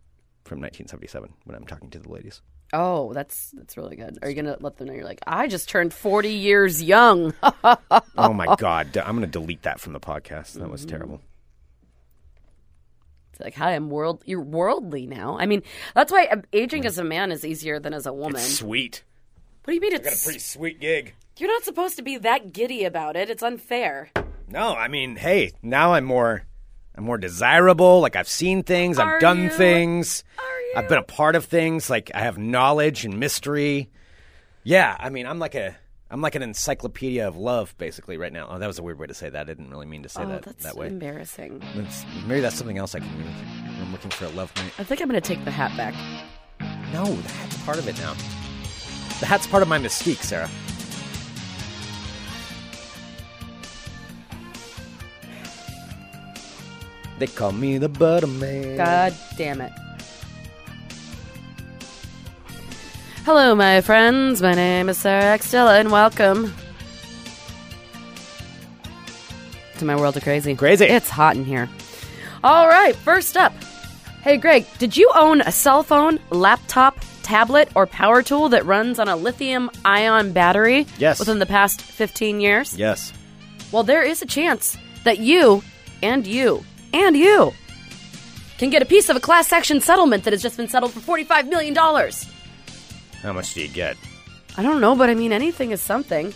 S6: from 1977 when I'm talking to the ladies.
S4: Oh, that's that's really good. Are you gonna let them know you're like I just turned forty years young?
S6: Oh my God, I'm going to delete that from the podcast. That was terrible.
S4: it's like hi, I'm world. You're worldly now. I mean, that's why uh, aging as a man is easier than as a woman.
S6: Sweet.
S4: what do you mean?
S6: Got a
S4: It's
S6: pretty sweet gig.
S4: you're not supposed to be that giddy about it. It's unfair.
S6: No, I mean, hey, now I'm more I'm more desirable. Like I've seen things, I've
S4: Are
S6: done
S4: you?
S6: things. I've been a part of things, like I have knowledge and mystery. Yeah, I mean, I'm like a I'm like an encyclopedia of love basically right now. Oh, that was a weird way to say that. I didn't really mean to say
S4: Oh,
S6: that
S4: that's
S6: that way.
S4: embarrassing.
S6: That's- maybe that's something else I can do. I'm looking for a love mate.
S4: I think I'm gonna take the hat back.
S6: No, the hat's part of it now. The hat's part of my mystique, Sarah. They call me the butterman.
S4: God damn it. Hello, my friends. My name is Sarah Axtella, and welcome to my world of crazy.
S6: Crazy.
S4: It's hot in here. All right, first up. Hey, Greg, did you own a cell phone, laptop, tablet or power tool that runs on a lithium ion battery
S6: Yes.
S4: within the past 15 years?
S6: Yes.
S4: Well, there is a chance that you and you and you can get a piece of a class action settlement that has just been settled for $45 million. I
S6: How much do you get?
S4: don't know, but I mean, anything is something.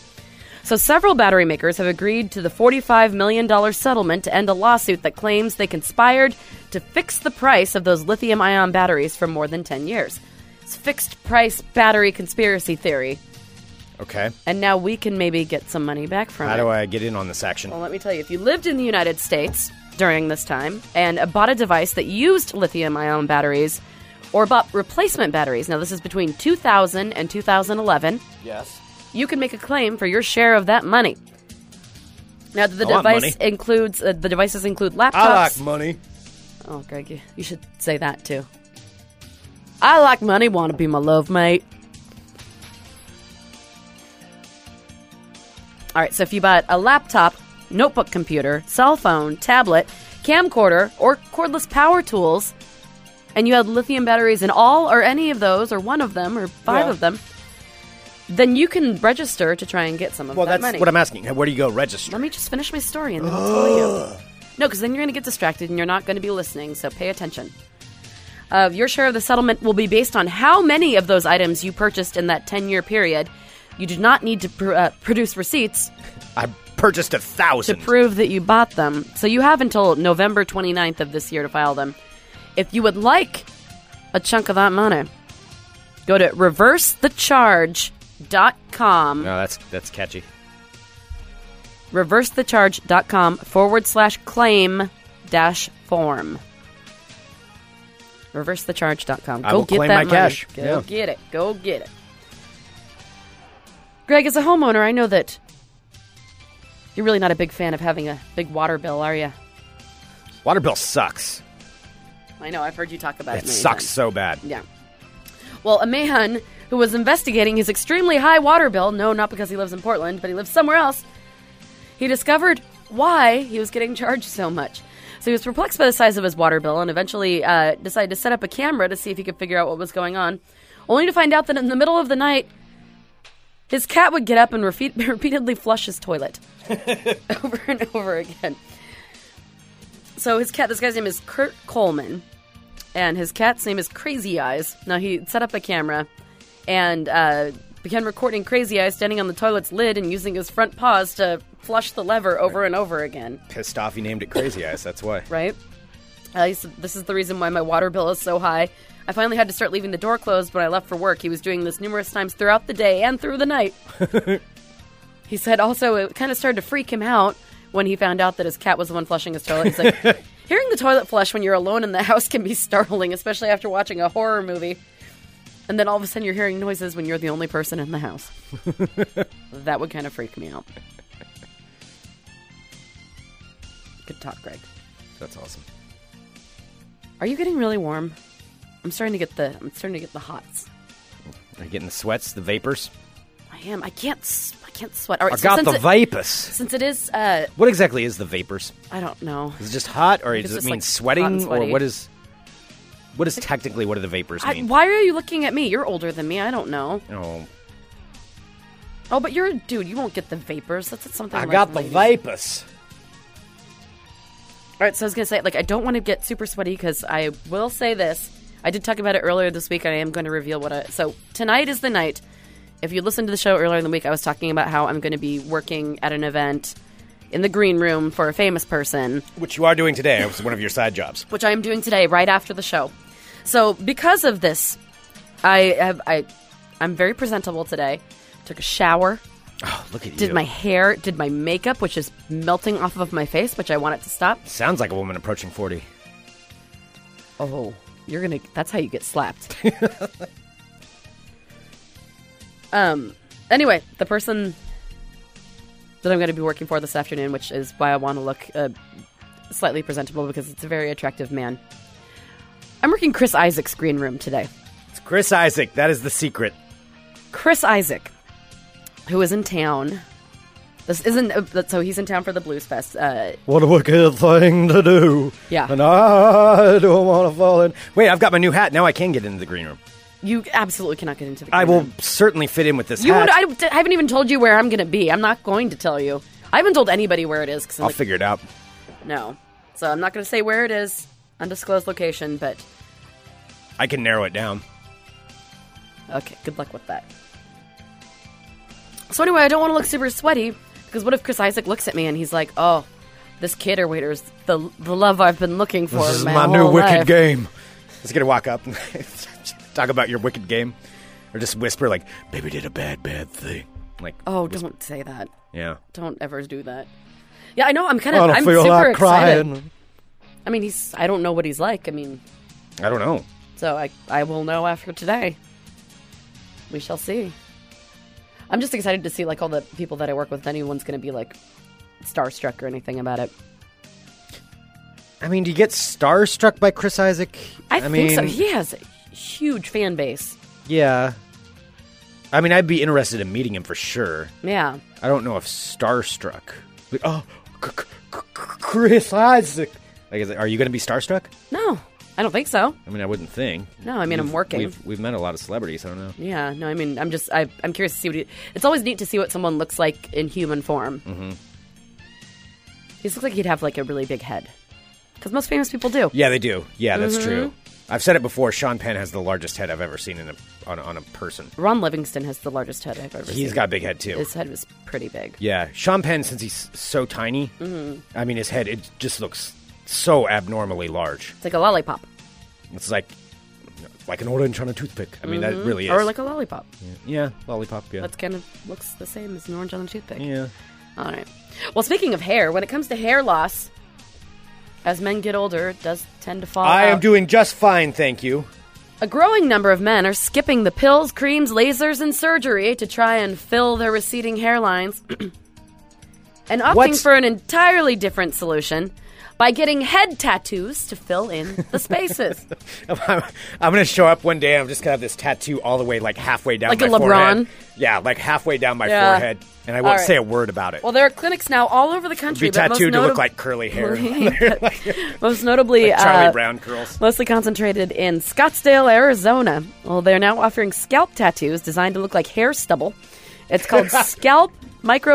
S4: So, several battery makers have agreed to the $45 million settlement to end a lawsuit that claims they conspired to fix the price of those lithium ion batteries for more than 10 years. It's fixed price battery conspiracy theory,
S6: Okay.
S4: and now we can maybe get some money back from
S6: How
S4: it.
S6: do I get in on this action?
S4: Well, let me tell you, if you lived in the United States during this time and bought a device that used lithium ion batteries or bought replacement batteries, now this is between 2000 and 2011,
S6: Yes.
S4: you can make a claim for your share of that money. Now, the
S6: I want
S4: device
S6: money.
S4: includes uh, the devices include
S6: I
S4: laptops.
S6: like money.
S4: oh, Greg, you, you should say that too. I like money, wanna be my love mate. All right, so if you bought a laptop, notebook computer, cell phone, tablet, camcorder, or cordless power tools, and you had lithium batteries in all or any of those, or one of them, or five
S6: Yeah.
S4: of them, then you can register to try and get some of
S6: Well,
S4: that
S6: that's
S4: money.
S6: what I'm asking. Where do you go register?
S4: Let me just finish my story and then I'll tell you. No, because then you're going to get distracted and you're not going to be listening, so pay attention. Uh, your share of the settlement will be based on how many of those items you purchased in that 10 year period. You do not need to pr- uh, produce receipts
S6: I purchased a
S4: to
S6: thousand.
S4: prove that you bought them. So you have until November 29th of this year to file them. If you would like a chunk of that money, go to reversethecharge.com.
S6: no, that's that's catchy.
S4: reversethecharge.com forward slash claim dash form. Reversethecharge.com. Go
S6: I will
S4: get
S6: claim
S4: that
S6: my
S4: money.
S6: cash.
S4: Go
S6: Yeah.
S4: get it. Go get it. Greg, as a homeowner, I know that you're really not a big fan of having a big water bill, are you?
S6: Water bill sucks.
S4: I know. I've heard you talk about it.
S6: It
S4: many
S6: sucks
S4: times.
S6: so bad.
S4: Yeah. Well, a man who was investigating his extremely high water bill, no, not because he lives in Portland, but he lives somewhere else, he discovered why he was getting charged so much. So he was perplexed by the size of his water bill and eventually uh, decided to set up a camera to see if he could figure out what was going on, only to find out that in the middle of the night, his cat would get up and repeat- repeatedly flush his toilet over and over again. So his cat, this guy's name is Kurt Coleman and his cat's name is Crazy Eyes. Now he set up a camera and uh, began recording Crazy Eyes standing on the toilet's lid and using his front paws to flush the lever over and over again.
S6: Pissed off, he named it Crazy Eyes. That's why.
S4: Right? Uh, he said, this is the reason why my water bill is so high. I finally had to start leaving the door closed when I left for work. He was doing this numerous times throughout the day and through the night. he said also it kind of started to freak him out when he found out that his cat was the one flushing his toilet. He's like, hearing the toilet flush when you're alone in the house can be startling, especially after watching a horror movie. And then all of a sudden you're hearing noises when you're the only person in the house. that would kind of freak me out. Good talk, Greg.
S6: That's awesome.
S4: Are you getting really warm? I'm starting to get the I'm starting to get the hots.
S6: Are you getting the sweats, the vapors?
S4: I am. I can't. s- I can't sweat. All right.
S6: I
S4: so
S6: got
S4: since
S6: the
S4: it-
S6: vapors.
S4: Since it is, uh,
S6: What exactly is the vapors?
S4: I don't know.
S6: Is it just hot, or
S4: It's
S6: does it
S4: just,
S6: mean
S4: like, hot and
S6: sweating, or
S4: sweaty.
S6: what is? What is technically what do the vapors
S4: I,
S6: mean?
S4: why are you looking at me? You're older than me. I don't know.
S6: oh,
S4: Oh, but you're a dude. You won't get the vapors. That's something.
S6: I
S4: like
S6: got the
S4: ladies.
S6: vapors.
S4: All right. So I was gonna say, like, I don't want to get super sweaty because I will say this. I did talk about it earlier this week, and I am going to reveal what. I, so tonight is the night. If you listened to the show earlier in the week, I was talking about how I'm going to be working at an event in the green room for a famous person.
S6: Which you are doing today. It was one of your side jobs.
S4: which I am doing today right after the show. So because of this, I have I I'm very presentable today. Took a shower,
S6: Oh, look at you.
S4: did my hair, did my makeup, which is melting off of my face, which I want it to stop.
S6: Sounds like a woman approaching forty.
S4: Oh, you're gonna that's how you get slapped. um anyway, the person that I'm gonna be working for this afternoon, which is why I wanna look uh, slightly presentable because it's a very attractive man. I'm working Chris Isaac's green room today.
S6: It's Chris Isaac. That is the secret.
S4: Chris Isaac, who is in town. This isn't uh, so he's in town for the Blues Fest. Uh,
S6: What a wicked thing to do.
S4: Yeah.
S6: And I don't want to fall in. Wait, I've got my new hat. Now I can get into the green room.
S4: You absolutely cannot get into the
S6: I
S4: camera.
S6: will certainly fit in with this
S4: You
S6: hat.
S4: would, I, I haven't even told you where I'm going to be. I'm not going to tell you. I haven't told anybody where it is because I'm
S6: will
S4: like,
S6: figure it out.
S4: no. So I'm not going to say where it is, undisclosed location, but
S6: I can narrow it down.
S4: okay, good luck with that. So anyway, I don't want to look super sweaty because what if Chris Isaac looks at me and he's like, oh, this cater waiter's the, the love I've been looking for. whole life.
S6: game. Just gonna walk up, and talk about your wicked game, or just whisper like, "Baby did a bad, bad thing." Like,
S4: Oh, don't say that.
S6: yeah.
S4: Don't ever do that. Yeah, I know. I'm
S6: Oh,
S4: kind of. I'm super excited. I mean, he's. I don't know what he's like. I mean,
S6: I don't know.
S4: So I, I will know after today. We shall see. I'm just excited to see like all the people that I work with. if Anyone's going to be like starstruck or anything about it.
S6: I mean, do you get starstruck by Chris Isaac?
S4: I,
S6: mean,
S4: think so. He has a huge fan base.
S6: yeah. I mean, I'd be interested in meeting him for sure.
S4: Yeah.
S6: I don't know if starstruck. Like, oh, C- C- C- Chris Isaac. Like, is it, are you gonna be starstruck?
S4: No, I don't think so.
S6: I mean, I wouldn't think.
S4: No, I mean, I'm
S6: We've-
S4: working.
S6: We've, we've met a lot of celebrities. I don't know.
S4: Yeah. No, I mean, I'm just I, I'm curious to see what. He, it's always neat to see what someone looks like in human form. Mm-hmm. He looks like he'd have like a really big head, because most famous people do.
S6: Yeah, they do. Yeah, that's
S4: Mm-hmm.
S6: true. I've said it before. Sean Penn has the largest head I've ever seen in a on, a- on a person.
S4: Ron Livingston has the largest head I've ever seen.
S6: He's got a big head too.
S4: His head was pretty big.
S6: Yeah, Sean Penn, since he's so tiny,
S4: Mm-hmm.
S6: I mean, his head it just looks so abnormally large.
S4: It's like a lollipop.
S6: It's like like an orange on a toothpick. I mean, that really is.
S4: Mm-hmm. Or like a lollipop.
S6: yeah, lollipop. Yeah,
S4: That's Uh, kind of looks the same as an orange on a toothpick.
S6: yeah.
S4: All right. Well, speaking of hair, when it comes to hair loss, as men get older, it does tend to fall.
S6: I am
S4: out.
S6: doing just fine, thank you.
S4: A growing number of men are skipping the pills, creams, lasers, and surgery to try and fill their receding hairlines and opting
S6: What's-
S4: for an entirely different solution by getting head tattoos to fill in the spaces.
S6: I'm, I'm gonna show up one day. and I'm just gonna have this tattoo all the way, like halfway down,
S4: Like
S6: my
S4: a LeBron?
S6: forehead. Yeah, like halfway down my
S4: Yeah.
S6: forehead, and I won't
S4: All right.
S6: say a word about it.
S4: well, there are clinics now all over the country.
S6: be
S4: but most
S6: tattooed to
S4: notab-
S6: look like curly hair,
S4: most notably
S6: Charlie
S4: uh,
S6: Brown curls.
S4: mostly concentrated in Scottsdale, Arizona. Well, they're now offering scalp tattoos designed to look like hair stubble. It's called scalp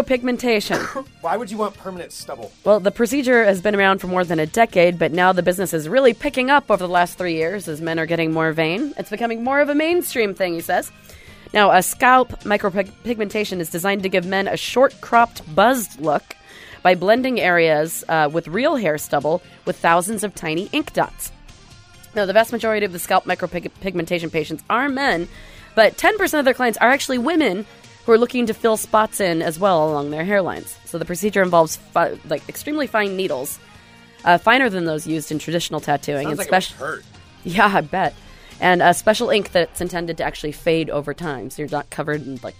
S4: micropigmentation.
S6: Why would you want permanent stubble?
S4: Well, the procedure has been around for more than a decade, but now the business is really picking up over the last three years as men are getting more vain. It's becoming more of a mainstream thing, he says. Now, a scalp micropigmentation is designed to give men a short cropped, buzzed look by blending areas uh, with real hair stubble with thousands of tiny ink dots. Now, the vast majority of the scalp micropigmentation patients are men, but 10% of their clients are actually women who are looking to fill spots in as well along their hairlines. So the procedure involves fi- like extremely fine needles, uh, finer than those used in traditional tattooing, and special. Yeah, I bet. And a special ink that's intended to actually fade over time, so you're not covered in like,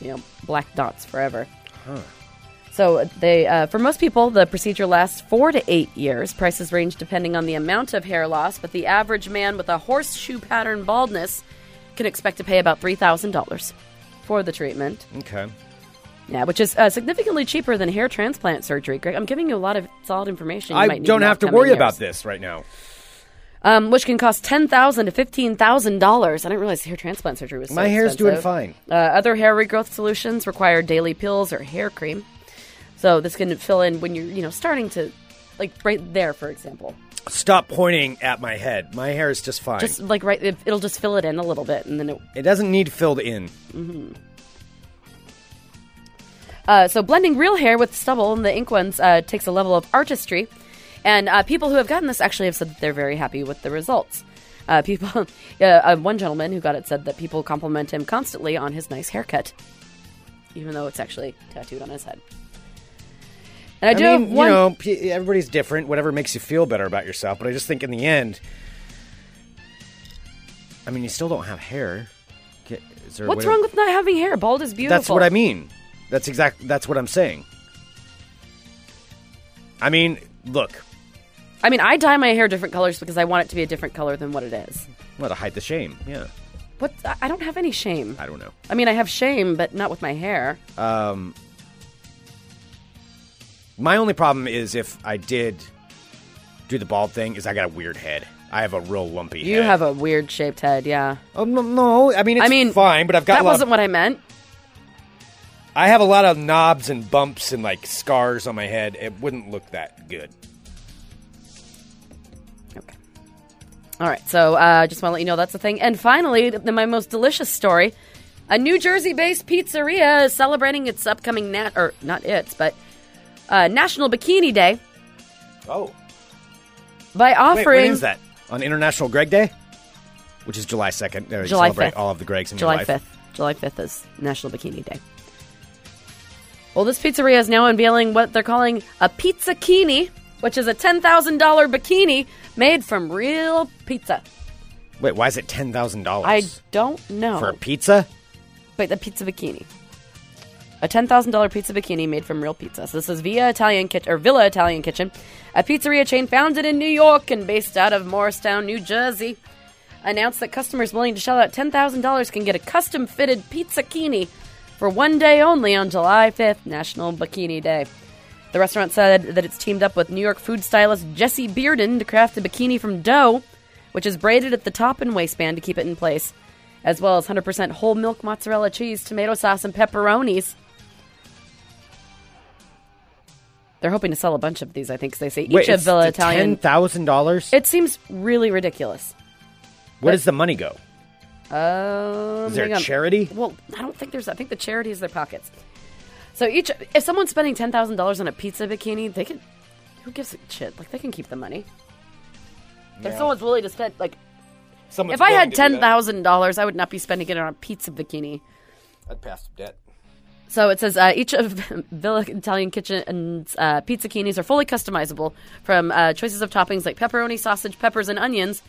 S4: you know, black dots forever. So they, uh, for most people, the procedure lasts four to eight years. Prices range depending on the amount of hair loss, but the average man with a horseshoe pattern baldness can expect to pay about three thousand dollars for the treatment.
S6: Okay.
S4: Yeah, which is uh, significantly cheaper than hair transplant surgery. Greg, I'm giving you a lot of solid information. you
S6: I
S4: might need
S6: don't
S4: in the
S6: have to
S4: upcoming
S6: worry
S4: years
S6: about this right now.
S4: um, which can cost ten thousand to fifteen thousand dollars. I didn't realize hair transplant surgery was. So
S6: My hair's doing
S4: expensive.
S6: fine.
S4: Uh, other hair regrowth solutions require daily pills or hair cream, so this can fill in when you're, you know, starting to, like right there, for example,
S6: Stop pointing at my head. My hair is just fine.
S4: just like right, it, it'll just fill it in a little bit, and then it
S6: it doesn't need filled in.
S4: Uh, so blending real hair with stubble and the ink ones uh, takes a level of artistry, and uh, people who have gotten this actually have said that they're very happy with the results. Uh, people, uh, uh, one gentleman who got it said that people compliment him constantly on his nice haircut, even though it's actually tattooed on his head. And I, do
S6: mean,
S4: have one.
S6: you know, p- everybody's different. Whatever makes you feel better about yourself. But I just think in the end, I mean, you still don't have hair. Get- Is there a
S4: what's
S6: way to-
S4: wrong with not having hair? Bald is beautiful.
S6: That's what I mean. That's exact. That's what I'm saying. I mean, look.
S4: I mean, I dye my hair different colors because I want it to be a different color than what it is.
S6: Well, to hide the shame. Yeah,
S4: What? I- I don't have any shame.
S6: I don't know.
S4: I mean, I have shame, but not with my hair.
S6: My only problem is if I did do the bald thing is I got a weird head. I have a real lumpy
S4: You
S6: head.
S4: have a weird shaped head, yeah.
S6: Oh, no, no, I mean, it's
S4: I mean,
S6: fine, but I've got
S4: that
S6: a lot of-
S4: wasn't what I meant.
S6: I have a lot of knobs and bumps and like scars on my head. It wouldn't look that good.
S4: Okay. All right. So uh, just want to let you know that's the thing. And finally, th- my most delicious story: a New Jersey-based pizzeria is celebrating its upcoming nat or not its, but uh, National Bikini Day
S6: Oh,
S4: by
S6: wait,
S4: offering
S6: when is that? On International Greg Day, which is July second. Uh, you
S4: July
S6: celebrate
S4: 5th.
S6: All of the Gregs in
S4: July
S6: your life.
S4: 5th. July 5th is National Bikini Day. Well, this pizzeria is now unveiling what they're calling a pizzakini, which is a $10,000 bikini made from real pizza.
S6: Wait, why is it ten thousand
S4: I
S6: dollars
S4: don't know.
S6: for a pizza?
S4: Wait, the pizza bikini. A ten thousand dollar pizza bikini made from real pizza. So this is Via Italian Kitchen or Villa Italian Kitchen, a pizzeria chain founded in New York and based out of Morristown, New Jersey. Announced that customers willing to shell out ten thousand dollars can get a custom fitted pizza bikini for one day only on July fifth, National Bikini Day. The restaurant said that it's teamed up with New York food stylist Jesse Bearden to craft a bikini from dough, which is braided at the top and waistband to keep it in place, as well as 100% whole milk mozzarella cheese, tomato sauce, and pepperonis. They're hoping to sell a bunch of these, I think, 'cause they say each
S6: wait,
S4: of Villa
S6: ten
S4: Italian.
S6: thousand dollars.
S4: It seems really ridiculous.
S6: Where does the money go?
S4: Um,
S6: Is there
S4: hang
S6: a
S4: on.
S6: charity?
S4: Well, I don't think there's. I think the charity is their pockets. So each, if someone's spending ten thousand dollars on a pizza bikini, they can. Who gives a shit? Like they can keep the money. If someone's willing to spend, like,
S6: Someone's
S4: if I
S6: willing
S4: had
S6: to do that.
S4: ten thousand dollars, I would not be spending it on a pizza bikini.
S6: I'd pass the debt.
S4: So it says uh, each of Villa Italian Kitchen's uh, pizza kinis are fully customizable, from uh, choices of toppings like pepperoni, sausage, peppers, and onions,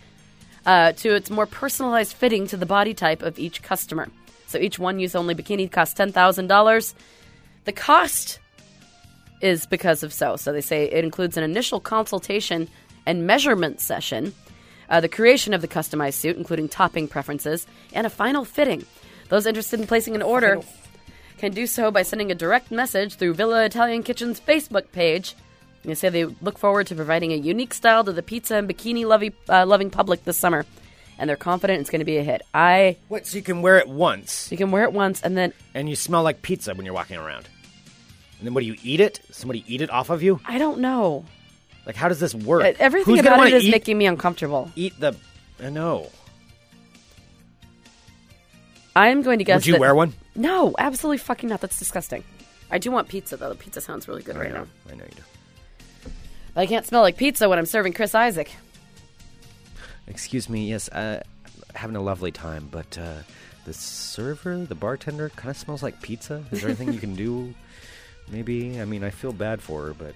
S4: uh, to its more personalized fitting to the body type of each customer. So each one-use-only bikini costs ten thousand dollars. The cost is because of so. So they say it includes an initial consultation and measurement session, uh, the creation of the customized suit, including topping preferences, and a final fitting. Those interested in placing an order can do so by sending a direct message through Villa Italian Kitchen's Facebook page. And They say they look forward to providing a unique style to the pizza and bikini lovey, uh, loving public this summer, and they're confident it's going to be a hit. I
S6: What? So you can wear it once,
S4: you can wear it once and then
S6: and you smell like pizza when you're walking around. And then what do you eat it? Somebody eat it off of you?
S4: I don't know.
S6: Like how does this work?
S4: Uh, Everything
S6: Who's gonna
S4: about it
S6: wanna
S4: is
S6: eat,
S4: making me uncomfortable.
S6: eat the. I know.
S4: I'm going to guess.
S6: Would you
S4: that-
S6: wear one?
S4: No, absolutely fucking not. That's disgusting. I do want pizza though. The pizza sounds really good right now.
S6: I know you do.
S4: But I can't smell like pizza when I'm serving Chris Isaac.
S6: Excuse me. Yes, uh, having a lovely time, but uh, the server, the bartender, kind of smells like pizza. Is there anything you can do? Maybe. I mean, I feel bad for her, but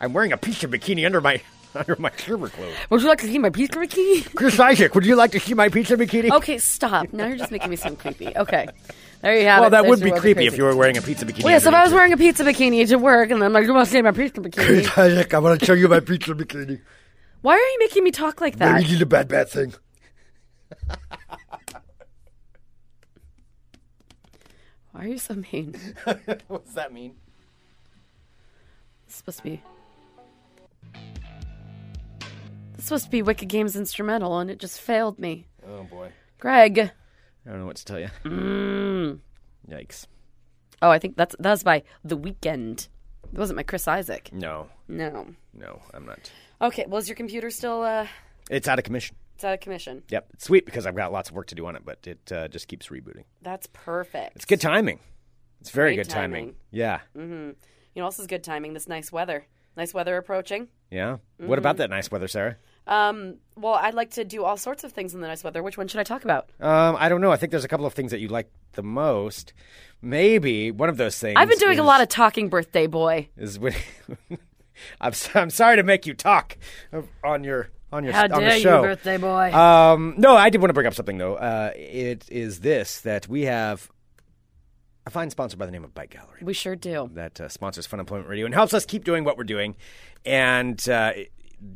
S6: I'm wearing a pizza bikini under my under my server clothes.
S4: Would you like to see my pizza bikini?
S6: Chris Isaac, would you like to see my pizza bikini?
S4: Okay, stop. Now you're just making me sound creepy. Okay. There you have
S6: Well,
S4: it.
S6: that
S4: There's
S6: would
S4: your
S6: be
S4: world of
S6: creepy
S4: crazy.
S6: if you were wearing a pizza bikini.
S4: Well, yes, if
S6: underneath
S4: I was
S6: it.
S4: wearing a pizza bikini to work and I'm like, you must see my pizza bikini.
S6: Chris Isaac, I want to show you my pizza bikini.
S4: Why are you making me talk like that?
S6: did a bad, bad thing.
S4: Why are you so mean?
S6: What does that mean?
S4: It's supposed to be. It's supposed to be Wicked Games instrumental and it just failed me.
S6: Oh boy,
S4: Greg.
S6: I don't know what to tell you.
S4: Mm.
S6: Yikes!
S4: Oh, I think that's that's by The Weekend. It wasn't my Chris Isaac.
S6: No,
S4: No.
S6: no, I'm not.
S4: Okay, well, is your computer still uh,
S6: It's out of commission.
S4: it's out of commission?
S6: Yep, it's sweet because I've got lots of work to do on it, but it uh, just keeps rebooting.
S4: That's perfect.
S6: It's good timing. It's very
S4: Great
S6: good timing.
S4: timing. Mm.
S6: Yeah,
S4: You know, this is good timing. This nice weather. Nice weather approaching.
S6: yeah. What
S4: Mm.
S6: about that nice weather, Sarah?
S4: Um, well, I'd like to do all sorts of things in the nice weather. Which one should I talk about?
S6: Um, I don't know. I think there's a couple of things that you like the most. Maybe one of those things.
S4: I've been doing
S6: is,
S4: a lot of talking, birthday boy.
S6: Is when I'm, so- I'm sorry to make you talk on your on your
S4: How
S6: on
S4: dare
S6: the
S4: you,
S6: show.
S4: birthday boy?
S6: Um, no, I did want to bring up something though. Uh, it is this that we have a fine sponsor by the name of Bike Gallery.
S4: we sure do.
S6: that uh, sponsors Fun Employment Radio and helps us keep doing what we're doing. And uh,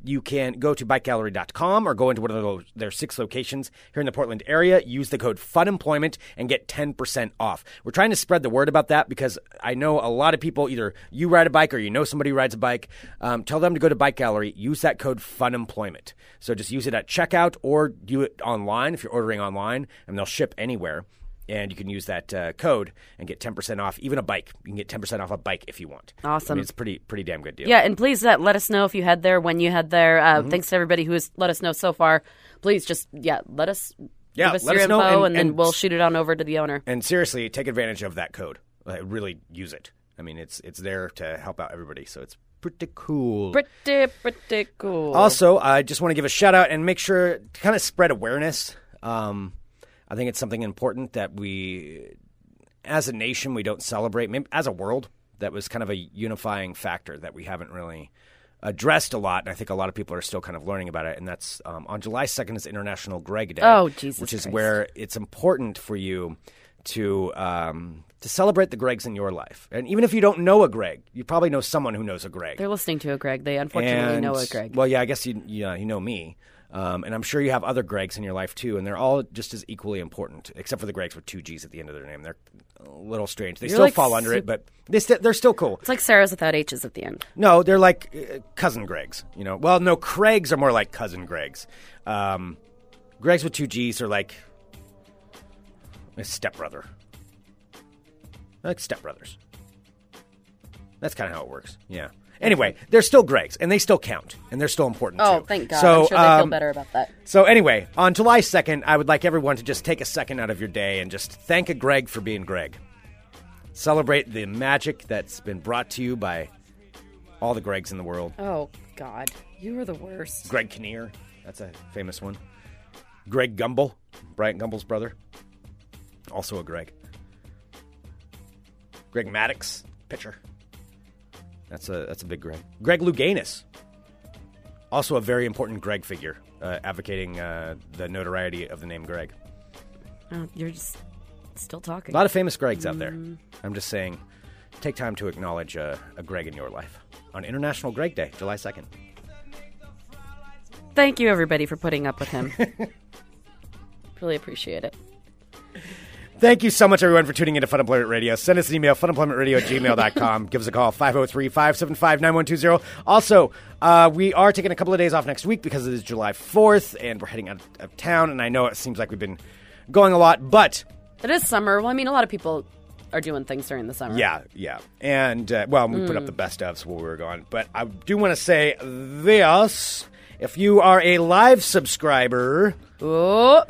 S6: you can go to bikecalorie.com or go into one of those, their six locations here in the Portland area. Use the code FUNEMPLOYMENT and get 10% off. We're trying to spread the word about that because I know a lot of people, either you ride a bike or you know somebody who rides a bike, um, tell them to go to Bike Gallery. Use that code FUNEMPLOYMENT. So just use it at checkout or do it online if you're ordering online, and they'll ship anywhere and you can use that uh, code and get 10% off even a bike you can get 10% off a bike if you want
S4: Awesome.
S6: I mean, it's a pretty pretty damn good deal
S4: Yeah, and please uh, let us know if you head there, when you head there. Uh,
S6: Mm-hmm.
S4: Thanks to everybody who has let us know so far. Please just yeah, let us
S6: Yeah,
S4: give us
S6: let
S4: your
S6: us know
S4: info,
S6: and-
S4: and, then
S6: and-
S4: we'll shoot it on over to the owner.
S6: and seriously take advantage of that code like, really use it i mean it's it's there to help out everybody so it's pretty cool
S4: Pretty pretty cool.
S6: also i just want to give a shout out and make sure to kind of spread awareness um, i think it's something important that we as a nation we don't celebrate maybe as a world that was kind of a unifying factor that we haven't really addressed a lot and i think a lot of people are still kind of learning about it and that's um, on july 2nd is international greg day
S4: Oh, Jesus
S6: which is
S4: Christ.
S6: where it's important for you to um, to celebrate the gregs in your life and even if you don't know a greg you probably know someone who knows a greg
S4: They're listening to a Greg. They unfortunately know a Greg.
S6: well, yeah, I guess you you know, you know me, um, and I'm sure you have other Gregs in your life too, and they're all just as equally important, except for the Gregs with two G's at the end of their name. They're a little strange. They
S4: You're
S6: still
S4: like
S6: fall under it,
S4: sup-
S6: but they st- they're still cool.
S4: it's like Sarah's without H's at the end.
S6: No, they're like uh, cousin Gregs. You know, well, no, Craigs are more like cousin Gregs. Um, Gregs with two G's are like a stepbrother, like stepbrothers. That's kind of how it works. Yeah. Anyway, they're still Gregs, and they still count, and they're still important.
S4: Oh,
S6: too.
S4: thank God.
S6: So,
S4: I'm sure they feel
S6: um,
S4: better about that.
S6: So anyway, on July second, I would like everyone to just take a second out of your day and just thank a Greg for being Greg. Celebrate the magic that's been brought to you by all the Gregs in the world.
S4: Oh God, you are the worst.
S6: Greg Kinnear, that's a famous one. Greg Gumbel, Bryant Gumbel's brother, also a Greg. Greg Maddox, pitcher. That's a that's a big Greg. Greg Louganis, also a very important Greg figure, uh, advocating uh, the notoriety of the name Greg.
S4: Oh, you're just still talking.
S6: A lot of famous Gregs out there. I'm just saying, take time to acknowledge uh, a Greg in your life on International Greg Day, July second.
S4: Thank you everybody for putting up with him. really appreciate it.
S6: Thank you so much, everyone, for tuning into Fun Employment Radio. Send us an email, funemploymentradio at gmail.com. Give us a call, 503 575 9120. Also, uh, we are taking a couple of days off next week because it is July 4th and we're heading out of town. And I know it seems like we've been going a lot, but
S4: It is summer. Well, I mean, a lot of people are doing things during the summer. Mm.
S6: yeah, yeah. And, uh, well, we put up the best ofs while we were gone. But I do want to say this if you are a live subscriber,
S4: Oh,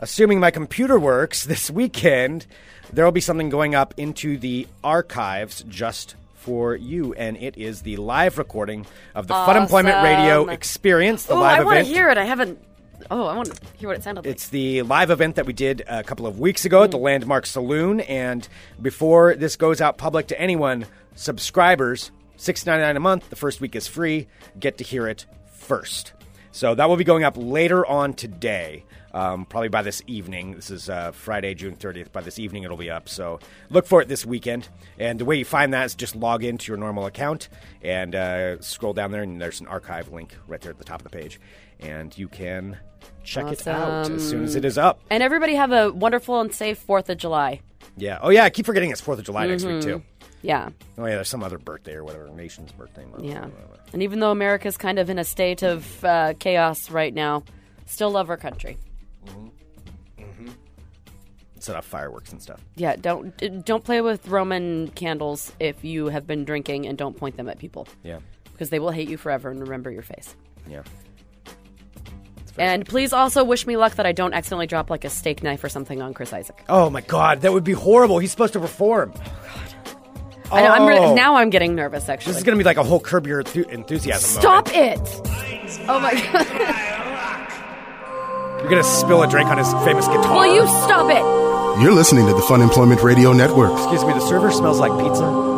S6: assuming my computer works this weekend, there will be something going up into the archives just for you, and it is the live recording of the Fun Employment Radio
S4: Awesome.
S6: Experience, the
S4: oh,
S6: live
S4: I want
S6: event.
S4: to hear it. I haven't. Oh, I want to hear what it sounded like.
S6: It's the live event that we did a couple of weeks ago at the Landmark Saloon, and before this goes out public to anyone, subscribers six ninety nine a month. The first week is free. Get to hear it first. So that will be going up later on today, um, probably by this evening. This is uh, Friday, June thirtieth. By this evening, it'll be up. So look for it this weekend. And the way you find that is just log into your normal account and uh, scroll down there, and there's an archive link right there at the top of the page, and you can check it out as soon as it is up.
S4: and everybody have a wonderful and safe Fourth of July.
S6: Yeah. Oh yeah, I keep forgetting it's Fourth of July next week too.
S4: Yeah,
S6: Oh yeah, there's some other birthday or whatever, nation's birthday month.
S4: yeah. And even though America's kind of in a state of uh, chaos right now, still love our country.
S6: Set off fireworks and stuff.
S4: Yeah, don't d- don't play with Roman candles if you have been drinking, and don't point them at people
S6: Yeah.
S4: because they will hate you forever and remember your face.
S6: Yeah.
S4: And please also wish me luck that I don't accidentally drop like a steak knife or something on Chris Isaac.
S6: Oh my God, that would be horrible. He's supposed to perform. Oh,
S4: I know, I'm re- now I'm getting nervous. Actually,
S6: This is going to be like a whole curb your enthu- enthusiasm.
S4: Stop
S6: moment.
S4: it! Oh my god.
S6: You're going to spill a drink on his famous guitar.
S4: Will you stop it?
S1: You're listening to the Fun Employment Radio Network.
S6: Excuse me, the server smells like pizza.